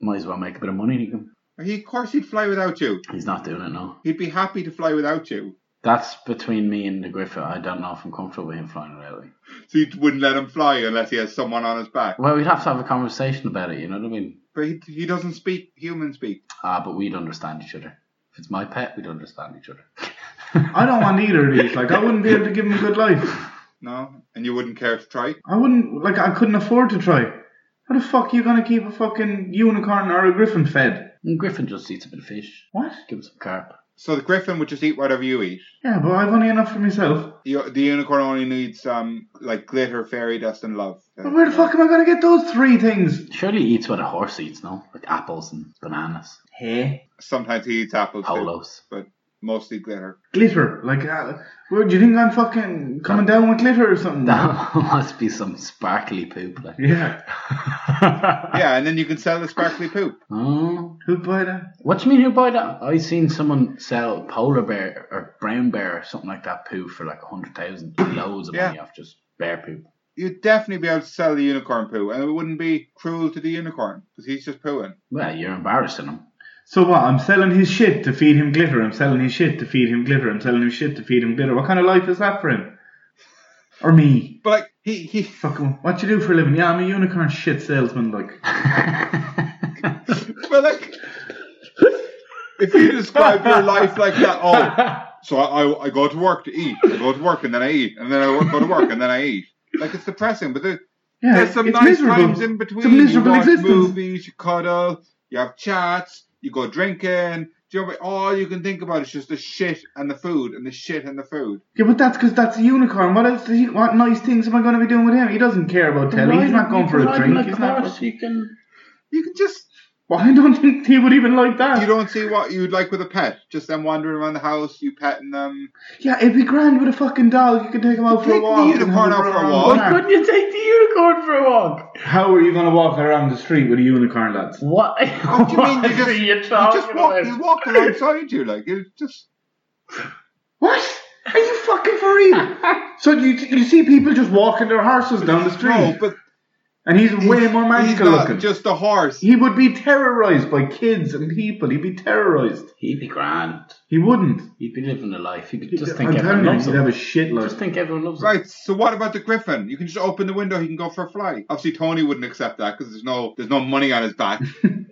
might as well make a bit of money. He can-
He, of course, he'd fly without you.
He's not doing it now.
He'd be happy to fly without you.
That's between me and the Griffith. I don't know if I'm comfortable with him flying without me.
So you wouldn't let him fly unless he has someone on his back.
Well, we'd have to have a conversation about it. You know what I mean?
But he, he doesn't speak human speak.
Ah, but we'd understand each other. If it's my pet, we'd understand each other.
I don't want either of these. Like, I wouldn't be able to give him a good life.
No, and you wouldn't care to try.
I wouldn't. Like, I couldn't afford to try. How the fuck are you gonna keep a fucking unicorn or a griffin fed?
And Griffin just eats a bit of fish.
What?
Give him some carp.
So the griffin would just eat whatever you eat.
Yeah, but I've only enough for myself.
You, the unicorn only needs um like glitter, fairy dust, and love.
But where the fuck am I gonna get those three things?
Surely he eats what a horse eats, no? Like apples and bananas,
Hey.
Sometimes he eats apples, too,
polos.
mostly glitter.
Glitter. Like, uh, where do you think I'm fucking coming down with glitter or something?
That must be some sparkly poop. Like.
Yeah.
Yeah, and then you can sell the sparkly poop.
Oh.
Who'd buy that?
What do you mean who buy that? I seen someone sell polar bear or brown bear or something like that poo for like a hundred thousand. Loads of
Yeah.
money off just bear poop.
You'd definitely be able to sell the unicorn poo, and it wouldn't be cruel to the unicorn because he's just pooing.
Well, you're embarrassing him.
So what? I'm selling his shit to feed him glitter. I'm selling his shit to feed him glitter. I'm selling his shit to feed him glitter. What kind of life is that for him? Or me?
But like he he
Fucking, what you do for a living? Yeah, I'm a unicorn shit salesman. Like,
But like, if you describe your life like that, oh, so I, I, I go to work to eat, I go to work and then I eat, and then I work, go to work and then I eat. Like it's depressing, but there,
yeah,
there's some
it's
nice
miserable.
times in between.
It's a miserable
you watch
existence.
movies, you cuddle, you have chats, you go drinking. Do you know, what I mean? all you can think about is just the shit and the food and the shit and the food.
Yeah, but that's because that's a unicorn. What else? Does he, what nice things am I going to be doing with him? He doesn't care about telly. He's not going for a drink. He's not.
you can.
You can just
Well, I don't think he would even like that.
you don't see what you'd like with a pet. Just them wandering around the house, you petting them.
Yeah, it'd be grand with a fucking dog. You could take him out for
Take
a
the
walk. and
unicorn
have
out for
him
a
around
walk.
the park.
Couldn't you take the unicorn for a walk?
How are you going to walk around the street with a unicorn, lads?
What?
What do you mean? You just,
are
you
you
just
talking
walk, you
about?
walk alongside you, like you just.
What? Are you fucking for real? so you, you see people just walking their horses down the street,
No, but
and he's way
he's-
more
he's
magical
not
looking.
Just a horse.
He would be terrorized by kids and people. He'd be terrorized.
He'd be grand.
He wouldn't.
He'd be living a life. He'd be, just think
I'm telling
everyone
you,
loves
he'd have
him.
a shit life.
Just think everyone loves him.
Right. So what about the griffin? You can just open the window. He can go for a fly. Obviously, Tony wouldn't accept that because there's no there's no money on his back.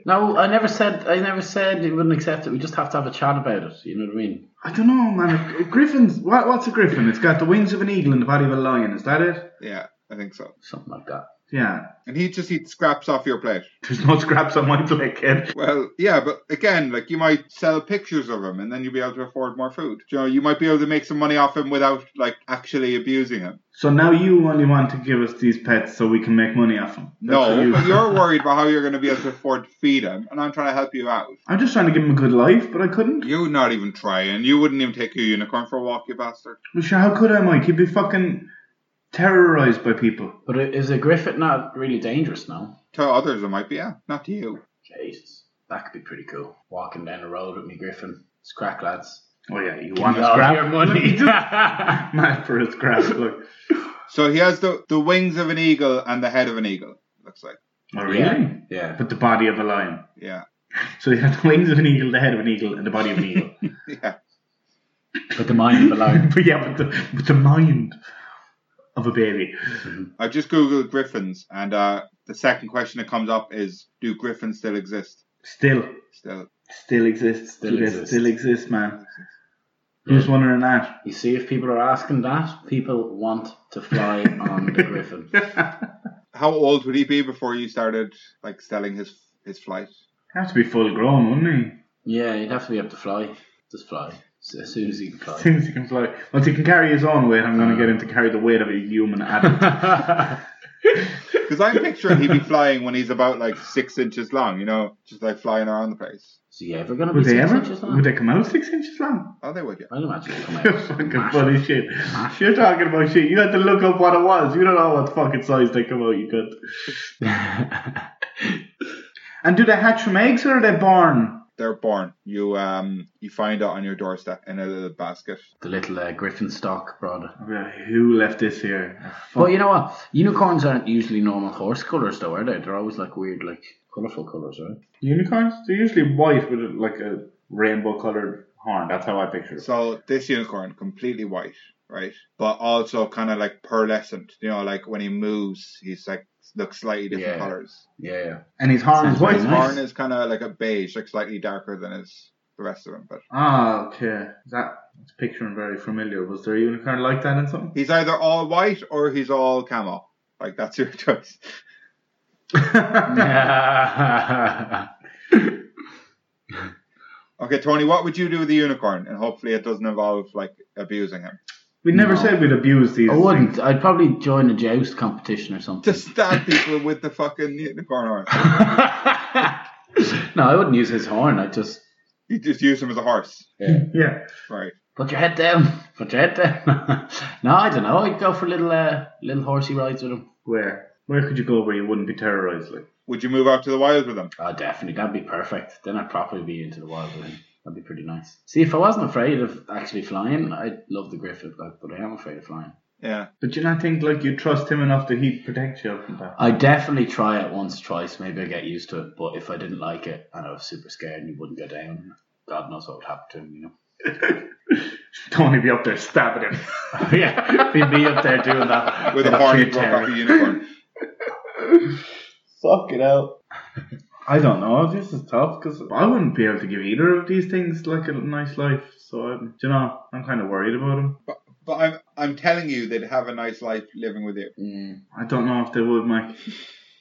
No, I never said. I never said he wouldn't accept it. We just have to have a chat about it. You know what I mean?
I don't know, man. A- a Griffin's what, what's a griffin? It's got the wings of an eagle and the body of a lion. Is that it?
yeah, I think so.
Something like that.
Yeah.
And he just eats scraps off your plate.
There's no scraps on my plate, kid.
Well, yeah, but again, like you might sell pictures of him, and then you'll be able to afford more food. You know, you might be able to make some money off him without like actually abusing him.
So now you only want to give us these pets so we can make money off them. That's what
No,
you-
but you're worried about how you're going to be able to afford to feed him, and I'm trying to help you out.
I'm just trying to give him a good life, but I couldn't.
You're not even trying. You wouldn't even take your unicorn for a walk, you bastard.
Well, Sure, how could I, Mike? He'd be fucking terrorized by people.
But i- is a griffin not really dangerous now?
To others, it might be, yeah. Not to you.
Jesus, that could be pretty cool. Walking down the road with me griffin. It's crack, lads.
Oh yeah, you
Give
want
me
a
all
scrap?
your money.
Mad for a scrap. Look.
So he has the, the wings of an eagle and the head of an eagle, looks like.
Oh
Yeah. yeah.
But the body of a lion.
Yeah.
So he had the wings of an eagle, the head of an eagle, and the body of an eagle.
Yeah.
But the mind below.
but yeah, but the, but the mind of a baby.
I just googled griffins, and uh, the second question that comes up is, do griffins still exist?
Still,
Still,
still exists.
Still
Still,
exists.
exists. still exists, man. Who's wondering that?
You see, if people are asking that, people want to fly on the Griffin.
how old would he be before you started like selling his his flight?
Have to be full grown, wouldn't he?
Yeah, you'd have to be able to fly. Just fly. S- As soon as you can
As
fly.
soon as he can fly. Once he can carry his own weight, I'm going
Uh.
to get him to carry the weight of a human adult.
Because I'm picturing he'd be flying when he's about like six inches long, you know, just like flying around the place.
Is he ever going to be
would they
six
ever?
inches long?
Would they come out six inches long?
Oh, they would, yeah.
I'd imagine they come
You're
out.
fucking funny shit. You're talking about shit. You had to look up what it was. You don't know what fucking size they come out. You could. And do they hatch from eggs or are they born?
They're born. You um you find out on your doorstep in a little basket.
the little uh, Griffin stock brother.
Okay, Who left this here?
But you know what? Unicorns aren't usually normal horse colours, though, are they? They're always like weird, like colourful colours, right?
Unicorns? They're usually white with like a rainbow coloured horn. That's how I picture it.
So this unicorn, completely white, right? But also kind of like pearlescent. You know, like when he moves, he's like looks slightly different
Yeah.
colors.
Yeah, yeah.
And his horn
Sounds
is white.
very
His
Nice.
horn is kind of like a beige, like slightly darker than his the rest of him. But
Ah, okay. That it's picturing very familiar. Was there a unicorn like that in something?
he's either all white or he's all camel. Like that's your choice. Okay, Tony, what would you do with the unicorn? And hopefully it doesn't involve like abusing him.
we never
No.
said we'd abuse these.
I
things.
wouldn't. I'd probably join a joust competition or something.
Just stab people with the fucking unicorn horn.
no, I wouldn't use his horn. I'd just
You just use him as a horse.
Yeah.
Right.
put your head down. Put your head down. no, I don't know. I'd go for little uh, little horsey rides with him.
Where? Where could you go where you wouldn't be terrorized? Like
Would you move out to the wild with him?
Oh, definitely. That'd be perfect. Then I'd probably be into the wild with him. That'd be pretty nice. See, if I wasn't afraid of actually flying, I'd love the Griffin, like, but I am afraid of flying.
Yeah.
But do you not think like you trust him enough that he'd protect you from that?
I definitely try it once, twice. Maybe I get used to it. But if I didn't like it and I was super scared and you wouldn't go down, God knows what would happen to him, you know.
Tony be up there stabbing him.
yeah, be me up there doing that
With a horn you broke off a unicorn.
Fuck it out. I don't know. This is tough because I wouldn't be able to give either of these things like a nice life. So I'm, do you know, I'm kind of worried about them.
But I'm I'm telling you they'd have a nice life living with you.
Mm.
I don't know if they would, Mike.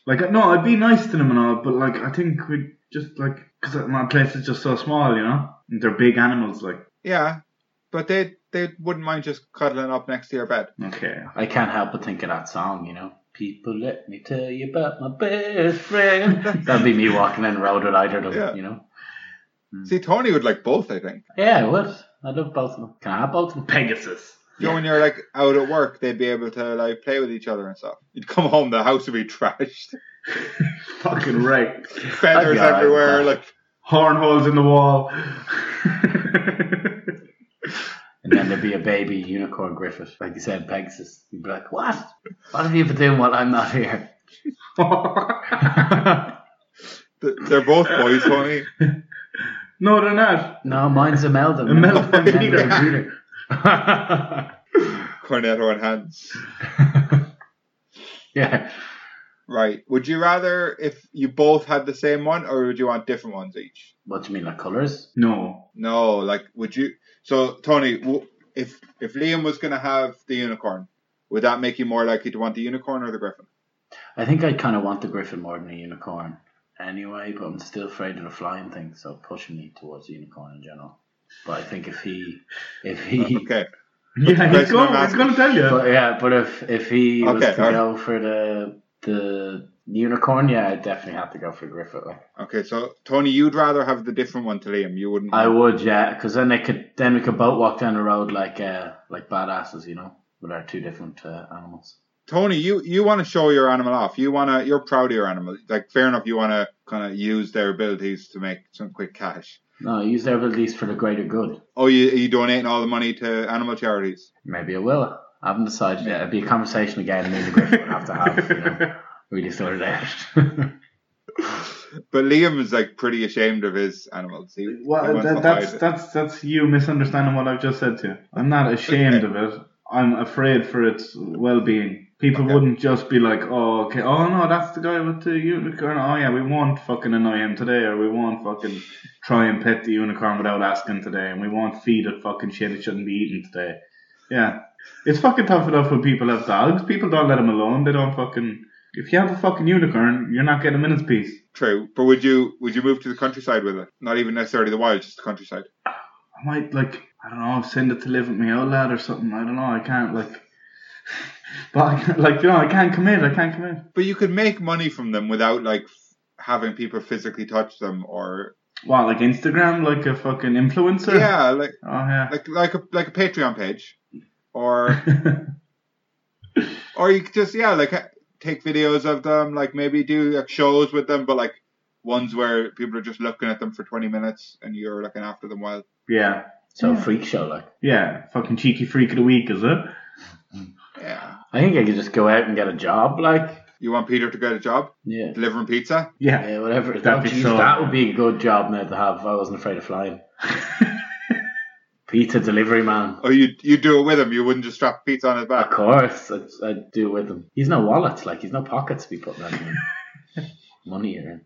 Like, no, I'd be nice to them and all, but like, I think we just like because my place is just so small, you know. And they're big animals, like.
Yeah. But they they wouldn't mind just cuddling up next to your bed.
Okay.
I can't help but think of that song, you know. People, let me tell you about my best friend. That'd be me walking down the road with either of them,
Yeah.
you know. Hmm.
See Tony would like both, I think.
Yeah, I would. I love both of them. Can I have both of them?
Pegasus.
You know, when you're like out at work, they'd be able to like play with each other and stuff. You'd come home, the house would be trashed.
Fucking right.
Feathers
I'd be alright with
everywhere,
that.
like
Horn holes in the wall.
And then there'd be a baby unicorn griffith, like you said, Pegasus. You'd be like, what? What have you been doing while I'm not here?
th- they're both boys, Tony.
no, they're not.
no, mine's a Meldon.
A Meldon
Meldon
Peter.
Peter.
Cornetto and hands.
yeah.
Right. Would you rather if you both had the same one, or would you want different ones each?
What do you mean, like colours?
No.
No, like would you? So Tony, w- if if Liam was gonna have the unicorn, would that make you more likely to want the unicorn or the griffin?
I think I kind of want the griffin more than a unicorn anyway, but I'm still afraid of the flying thing, so pushing me towards the unicorn in general. But I think if he, if he,
Okay.
Yeah, he's
question
going,
I'm
he's going to tell you.
but yeah, but if if he was
Okay,
to
alright.
go for the the unicorn, yeah, I definitely have to go for griffin. Like
Okay. So Tony, you'd rather have the different one to Liam. You wouldn't.
I would, yeah, because then they could, then we could both walk down the road like uh like badasses, you know, with our two different uh, animals.
Tony, you you want to show your animal off. You wanna you're proud of your animal. Like fair enough. You wanna kind of use their abilities to make some quick cash.
No, use their abilities for the greater good.
Oh, you you donating all the money to animal charities?
Maybe I will. I haven't decided yet. It'd be a conversation again. Me and the Griffin would have to have. You know, really sort it out.
but Liam is like pretty ashamed of his animals. He, he
Well,
wants to
that, that's
hide it.
that's that's you misunderstanding what I've just said to you. I'm not ashamed
Okay.
of it. I'm afraid for its well-being. People
Okay.
wouldn't just be like, "Oh, okay, oh no, that's the guy with the unicorn. Oh yeah, we won't fucking annoy him today, or we won't fucking try and pet the unicorn without asking today, and we won't feed it fucking shit it shouldn't be eating today." Yeah, it's fucking tough enough when people have dogs. People don't let them alone. They don't fucking. If you have a fucking unicorn, you're not getting a minute's peace.
True, but would you would you move to the countryside with it? Not even necessarily the wild, just the countryside.
I might like I don't know send it to live with me out lad or something. I don't know. I can't like, but I can't, like you know I can't commit. I can't commit.
But you could make money from them without like f- having people physically touch them, or
What like Instagram like a fucking influencer?
yeah, like
Oh yeah.
like like a like a Patreon page, or or you could just yeah like ha- take videos of them, like maybe do like shows with them, but like ones where people are just looking at them for twenty minutes and you're looking after them while
yeah.
So freak show, like.
Yeah. Fucking cheeky freak of the week, is it?
yeah.
I think I could just go out and get a job, like.
You want Peter to get a job
Yeah.
delivering pizza?
Yeah.
Yeah, whatever.
That'd
that
be
geez,
so-
that would be a good job now to have. if I wasn't afraid of flying. Pizza delivery man.
Or you you Oh, do it with him? You wouldn't just strap pizza on his
Of
back.
course, I'd, I'd do it with him. He's no wallets, like he's no pockets to be putting any money in.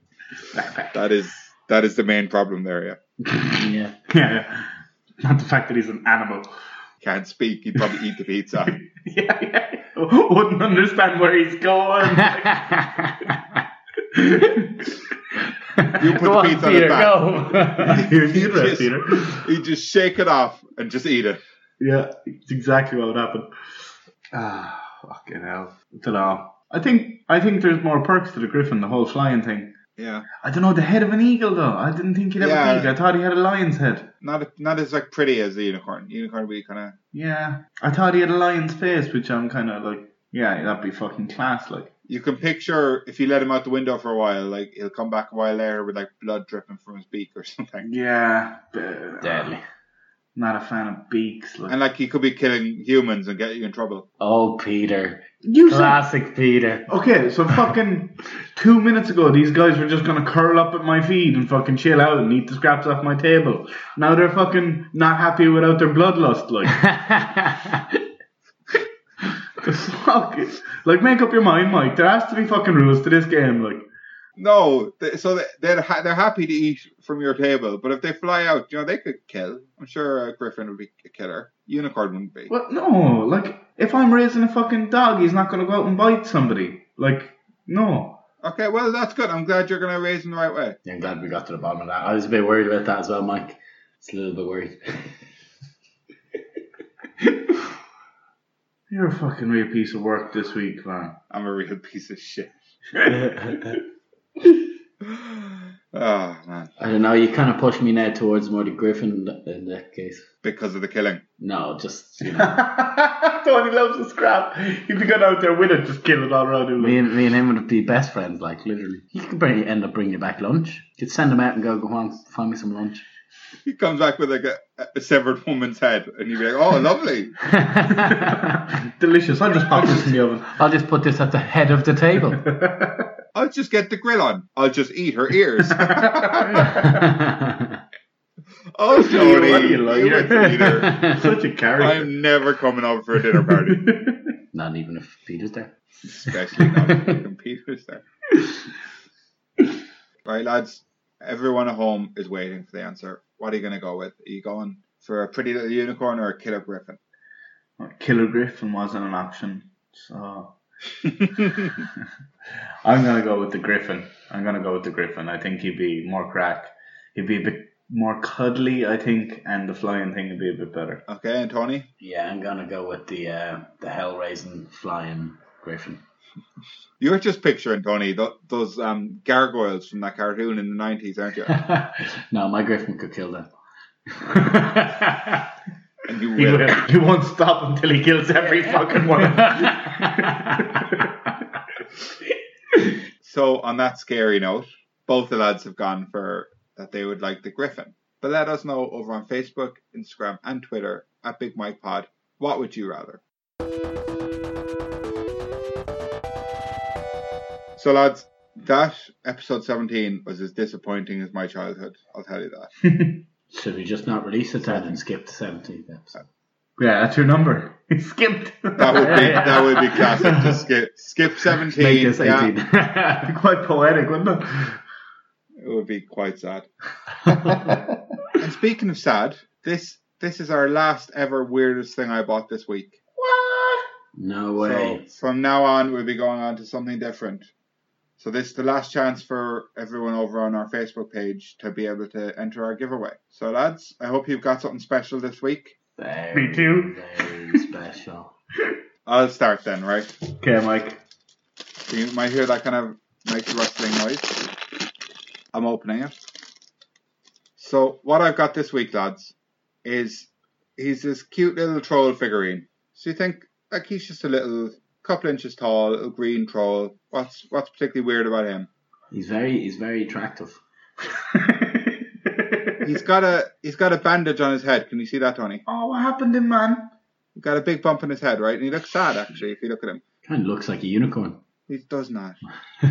That is that is the main problem there. Yeah,
Yeah,
yeah. Not the fact that he's an animal.
can't speak. He'd probably eat the pizza.
Yeah, yeah. Wouldn't understand where he's going.
You put
go
the
on,
pizza on his
Peter,
back.
Oh.
go.
Here's the address,
Yes.
Peter.
You just shake it off and just eat it.
Yeah, it's exactly what would happen. Ah, fucking hell. I don't know. I think I think there's more perks to the Griffin, the whole flying thing.
Yeah,
I don't know, the head of an eagle though. I didn't think he'd have
Yeah.
an eagle. I thought he had a lion's head.
not not as like pretty as the unicorn. Unicorn would be kind of
Yeah. I thought he had a lion's face, which I'm kinda like yeah, that'd be fucking class like.
you can picture if you let him out the window for a while, like he'll come back a while later with like blood dripping from his beak or something.
Yeah. but-
Deadly.
Not a fan of beaks like
And like he could be killing humans and get you in trouble.
Oh, Peter,
you said
classic Peter.
Okay, so fucking two minutes ago, these guys were just gonna curl up at my feet and fucking chill out and eat the scraps off my table. Now they're fucking not happy without their bloodlust. Like, the fuck? Like, make up your mind, Mike. There has to be fucking rules to this game. Like,
No, they, so they- they're ha- they're happy to eat from your table, but if they fly out, you know they could kill. I'm sure a griffin would be a killer. Unicorn wouldn't be.
what? No. Like, if I'm raising a fucking dog, he's not gonna go out and bite somebody. Like, no.
Okay, well that's good. I'm glad you're gonna raise him the right way.
Yeah, I'm glad we got to the bottom of that. I was a bit worried about that as well, Mike. It's a little bit worried.
You're a fucking real piece of work this week, man.
I'm a real piece of shit. Oh man,
I don't know. You kind of push me now towards more the Griffin in that case.
because of the killing.
No, just you know,
Tony loves the scrap. If you got out there with it, just kill it all around him. like.
me and me and him would be best friends. Like literally, he could bring, end up bringing you back lunch. You could send him out and go go on, find me some lunch.
He comes back with like a, a severed woman's head, and you'd be like, "Oh, lovely."
I'll
Delicious. I'll just pop this in the oven.
just put this at the head of the table.
I'll just get the grill on. I'll just eat her ears. oh,
You
Tony,
are, you
you
liar.
went eater.
Such a character.
I'm never coming over for a dinner party,
Not even if Peter's there.
especially not when computers there. Right, lads. Everyone at home is waiting for the answer. What are you going to go with? Are you going for a pretty little unicorn or a killer griffin?
Killer Griffin wasn't an option, so I'm gonna go with the Griffin. I'm gonna go with the Griffin. I think he'd be more crack. He'd be a bit more cuddly, I think, and the flying thing would be a bit better.
okay, and Tony,
Yeah, I'm gonna go with the uh, the hell raising flying Griffin.
you're just picturing Tony th- those um, gargoyles from that cartoon in the '90s, aren't you?
no, my Griffin could kill them.
And you
He,
will.
will. he won't stop until he kills every fucking one. of them.
So on that scary note, both the lads have gone for that they would like the Griffin. But let us know over on Facebook, Instagram, and Twitter at Big Mike Pod. What would you rather? So lads, That episode 17 was as disappointing as my childhood. I'll tell you that.
Should we just not release it then and skip the 17th episode?
Yeah, that's your number. It skipped.
That would be that would be classic. Just skip skip 17.
Make this
yeah,
18.
Be quite poetic, wouldn't it?
it would be quite sad. And speaking of sad, this this is our last ever weirdest thing I bought this week.
what?
no way.
So from now on, we'll be going on to something different. So this is the last chance for everyone over on our Facebook page to be able to enter our giveaway. So lads, I hope you've got something special this week.
very,
Me too.
Very special.
I'll start then, right?
Okay, Mike.
So you might hear that kind of nice rustling noise. I'm opening it. So what I've got this week, lads, is he's this cute little troll figurine. So you think like he's just a little couple inches tall, little green troll. What's what's particularly weird about him?
He's very he's very attractive.
He's got a he's got a bandage on his head. Can you see that, Tony?
oh, what happened to him, man?
He's got a big bump on his head, right? And he looks sad actually. If you look at him,
Kind of looks like a unicorn.
he does not.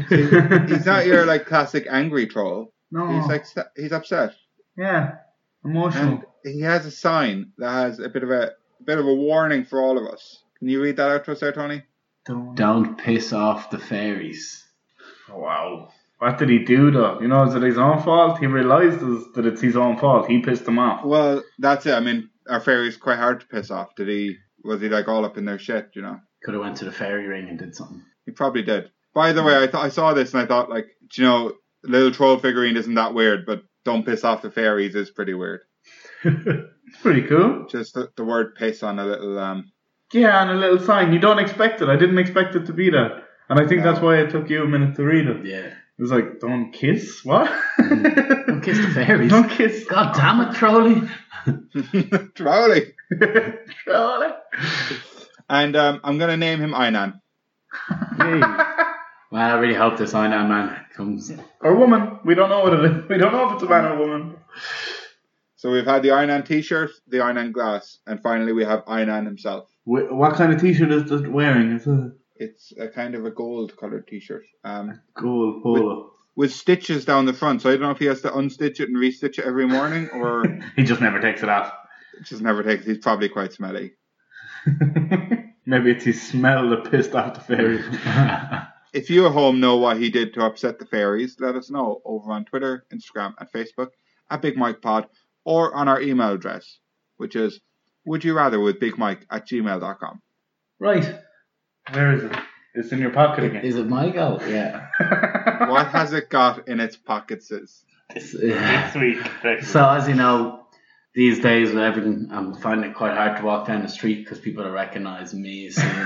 He's not your like classic angry troll.
no.
He's like sa- he's upset,
yeah, emotional.
and he has a sign that has a bit of a, a bit of a warning for all of us. Can you read that out to us, there, Tony?
Don't.
Don't piss off the fairies.
Wow. What did he do though? You know, is it his own fault? He realizes that it's his own fault. He pissed him off.
Well, that's it. I mean, our fairy's quite hard to piss off. Did he? Was he like all up in their shit? You know,
Could have went to the fairy ring and did something.
he probably did. By the way, I thought I saw this and I thought like, do you know, little troll figurine isn't that weird, but don't piss off the fairies is pretty weird.
It's pretty cool.
just the, the word piss on a little um
Yeah, and a little sign. You don't expect it. I didn't expect it to be that. And I think
No.
that's why it took you a minute to read it.
Yeah.
It was like, don't kiss? What? Mm.
Don't kiss the fairies.
Don't kiss.
God damn it, Crowley.
trolley.
Charlie.
And um, I'm gonna name him Einan.
Well, I really hope this Iron Man comes.
or woman. We don't know what it is. We don't know if it's a man or a woman.
So we've had the Einan T-shirt, the Einan glass, and finally we have Einan himself.
Wh- What kind of t-shirt is it wearing? Is it
It's a kind of a gold colored T-shirt um,
gold polo?
with stitches down the front. So I don't know if he has to unstitch it and restitch it every morning, or
He just never takes it off.
just never takes. He's probably quite smelly.
Maybe it's his smell that pissed off the fairies.
If you at home know what he did to upset the fairies, let us know over on Twitter, Instagram, and Facebook at Big Mike Pod or on our email address, which is would you rather with Big Mike at gmail.com.
right.
Where is it? It's in your pocket again.
Is it my goal? Yeah.
What has it got in its pockets? Is
This week. breakfast.
So as you know, these days with everything, I'm finding it quite hard to walk down the street because people are recognising me, seeing me,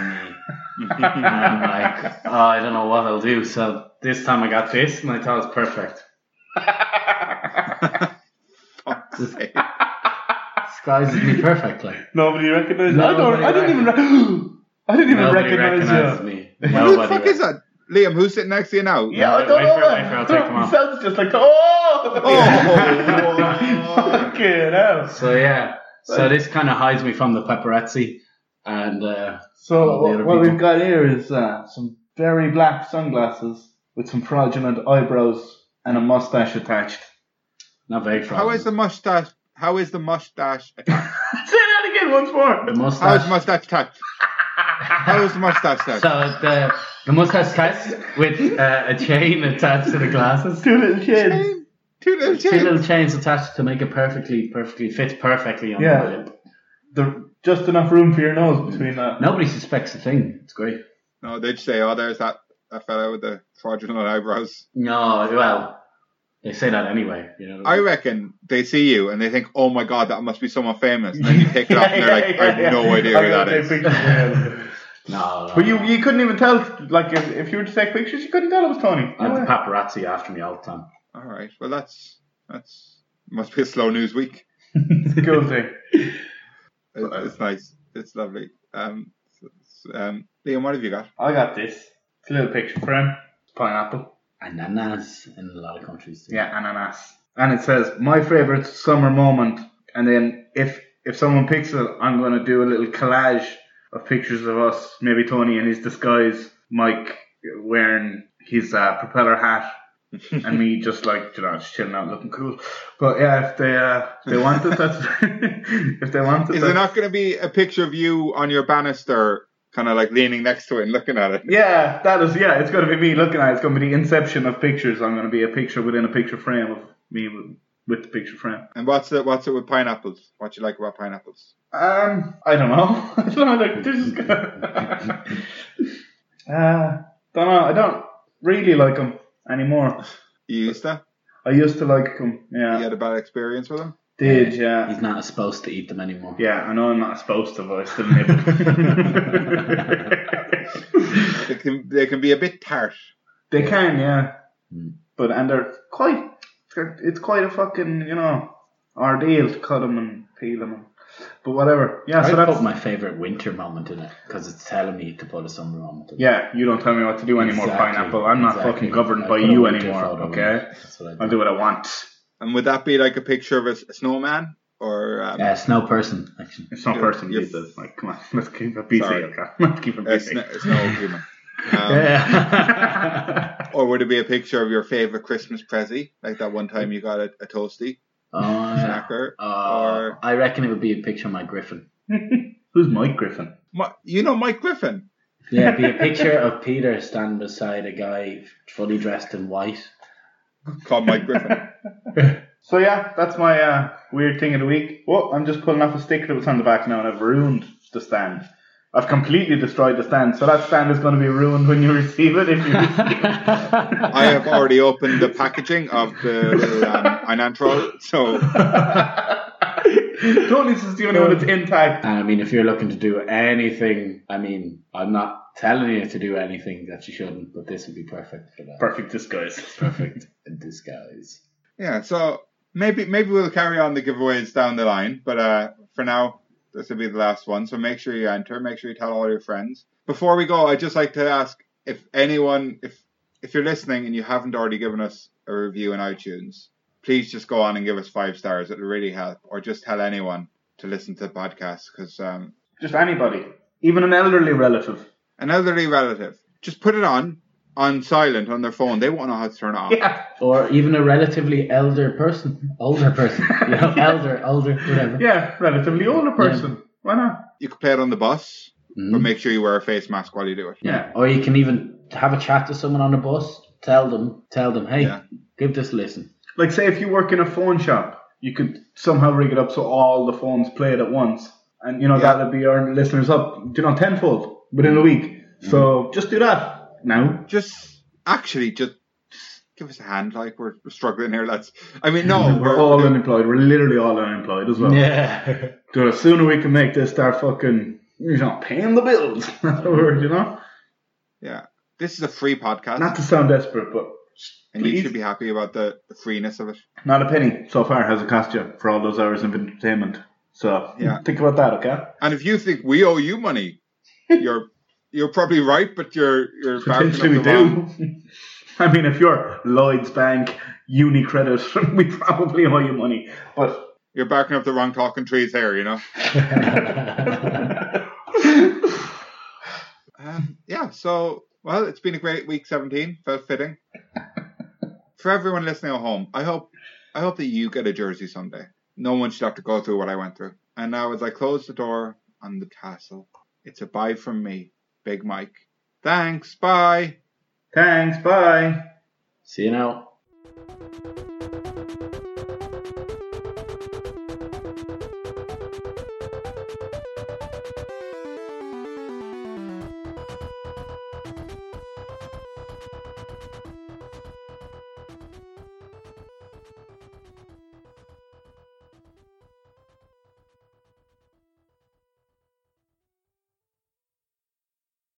and I'm like, oh, I don't know what I'll do. So this time I got this, and I thought it's perfect.
Fuck's sake.
Disguises me perfectly.
Nobody recognizes.
No,
I don't. I didn't even. Re- I didn't even
Nobody
recognize
recognises
you.
me.
Who the
Nobody.
fuck is that? Liam, who's sitting next to you now?
Yeah, I
Wait-
don't
wait
know.
for it, wait for it, I'll
that.
take them off.
He sounds just like oh.
Oh.
Fucking hell.
So yeah. So this kind of hides me from the paparazzi, and uh,
So
All the
what,
other
what
people.
we've got here is uh, some very black sunglasses with some fraudulent eyebrows and a mustache attached.
not very far.
How is the mustache? How is the mustache? attached?
Say that again once more.
How
the
is
mustache?
the mustache touched? How is the mustache touched?
So the the mustache cuts with uh, a chain attached to the glasses.
Two little kids.
Two little
Two
chains.
little chains attached to make it perfectly, perfectly fit perfectly on
Yeah.
the lip.
The, just enough room for your nose between uh, that.
Nobody suspects a thing. It's great.
No, they'd say, oh, there's that, that fella with the fraudulent eyebrows.
No, well, they say that anyway. You know.
I reckon they see you and they think, oh my god, that must be someone famous. And then you take it off and they're like, I have no idea who that is.
no, no,
But you,
no.
you couldn't even tell, like, if, if you were to take pictures, you couldn't tell it was Tony.
I have the paparazzi after me all the time.
All right, well, that's that's must be a slow news week.
Cool thing.
It- It's
uh,
nice. It's lovely. Um, s- um, Liam, what have you got?
I got this. It's a little picture frame. It's pineapple.
Ananas in a lot of countries. Too.
Yeah, ananas. And it says, my favorite summer moment. And then if if someone picks it, I'm going to do a little collage of pictures of us, maybe Tony in his disguise, Mike wearing his uh, propeller hat and me just like you know just chilling out looking cool. But yeah, if they uh, they wanted that, if they wanted
Is
that,
there not going to be a picture of you on your banister, kind of like leaning next to it and looking at it?
yeah, that is yeah. It's gonna be me looking at. it. It's gonna be the inception of pictures. I'm gonna be a picture within a picture frame of me with, with the picture frame.
And what's it? What's it with pineapples? What you like about pineapples?
Um, I don't know. I don't know. Like, this is gonna. uh, don't know. I don't really like them anymore.
You used to?
I used to like them. Yeah,
You had a bad experience with them?
did yeah.
He's not supposed to eat them anymore.
Yeah, I know I'm not supposed to, but I still nibble.
They can, they can be a bit tart.
they can, yeah.
Mm.
But and they're quite. they're- It's quite a fucking you know ordeal to cut them and peel them. But whatever. Yeah,
I
so that's
put my favorite winter moment in it because it's telling me to put a summer moment in. it.
yeah. You don't tell me what to do anymore,
Exactly,
pineapple. I'm not
exactly.
fucking governed
I
by
put a
you
winter
anymore.
photo in it.
Okay,
That's what I
I'll
do.
do what I want.
And would that be like a picture of a s- snowman or um,
Yeah, snow person actually.
It's not
You're-
person
you're-
did this. Like, come on, let's keep it PC.
Sorry.
Okay, let's keep it
a
PC.
sn- a snow human? Um,
Yeah.
Or would it be a picture of your favorite Christmas prezi, like that one time you got a, a toasty
Oh, yeah.
snacker?
Uh,
Or-
I reckon it would be a picture of my griffin.
Who's Mike Griffin?
Mi- You know Mike Griffin.
Yeah, it'd be a picture of Peter standing beside a guy fully dressed in white.
Called Mike Griffin.
So yeah, that's my uh, weird thing of the week. Well, I'm just pulling off a sticker that was on the back now, and I've ruined the stand. I've completely destroyed the stand, so that stand is going to be ruined when you receive it. If you receive it.
I have already opened the packaging of the little um, Einantrol, so
Tony's is the only one that's intact.
And I mean, if you're looking to do anything, I mean, I'm not telling you to do anything that you shouldn't, but this would be perfect for that.
Perfect disguise.
Perfect in disguise.
yeah. So maybe maybe we'll carry on the giveaways down the line, but uh, for now this will be the last one. So make sure you enter. Make sure you tell all your friends. Before we go, I'd just like to ask if anyone, if if you're listening and you haven't already given us a review in iTunes, please just go on and give us five stars. It'll really help. Or just tell anyone to listen to the podcast because um,
Just anybody, even an elderly relative.
an elderly relative. Just put it on on silent on their phone. They won't know how to turn it off.
Yeah,
Or even a relatively elder person, older person, you know, elder, older, whatever.
yeah, relatively older person. Why not?
You could play it on the bus,
Mhm.
but make sure you wear a face mask while you do it.
Yeah. Or you can even have a chat to someone on the bus. Tell them, tell them, hey,
Yeah.
give this a listen.
Like, say if you work in a phone shop, you could somehow rig it up so all the phones played at once, and you know
Yeah.
that'll be our listeners up, you know, tenfold within a week.
Mm-hmm.
So just do that now.
Just actually, just, just give us a hand. Like we're, we're struggling here. Let's. I mean, no,
We're all unemployed. We're literally all unemployed as well.
Yeah.
So the sooner we can make this start fucking, you know, paying the bills. That's the word, you know.
yeah. This is a free podcast,
Not to sound desperate, but
and you should be happy about the, the freeness of it.
not a penny so far has it cost you for all those hours of entertainment. So
Yeah.
think about that, okay?
And if you think we owe you money, you're you're probably right, but you're you're
Potentially we
barking up the wrong-
do. I mean, if you're Lloyd's Bank, UniCredit, we probably owe you money. But
You're barking up the wrong talking trees here. You know. Um, yeah, so, well, it's been a great week 17. Felt fitting. For everyone listening at home, I hope I hope that you get a jersey someday. No one should have to go through what I went through. And now, as I close the door on the castle, it's a bye from me, Big Mike. Thanks, bye.
thanks, bye.
See you now.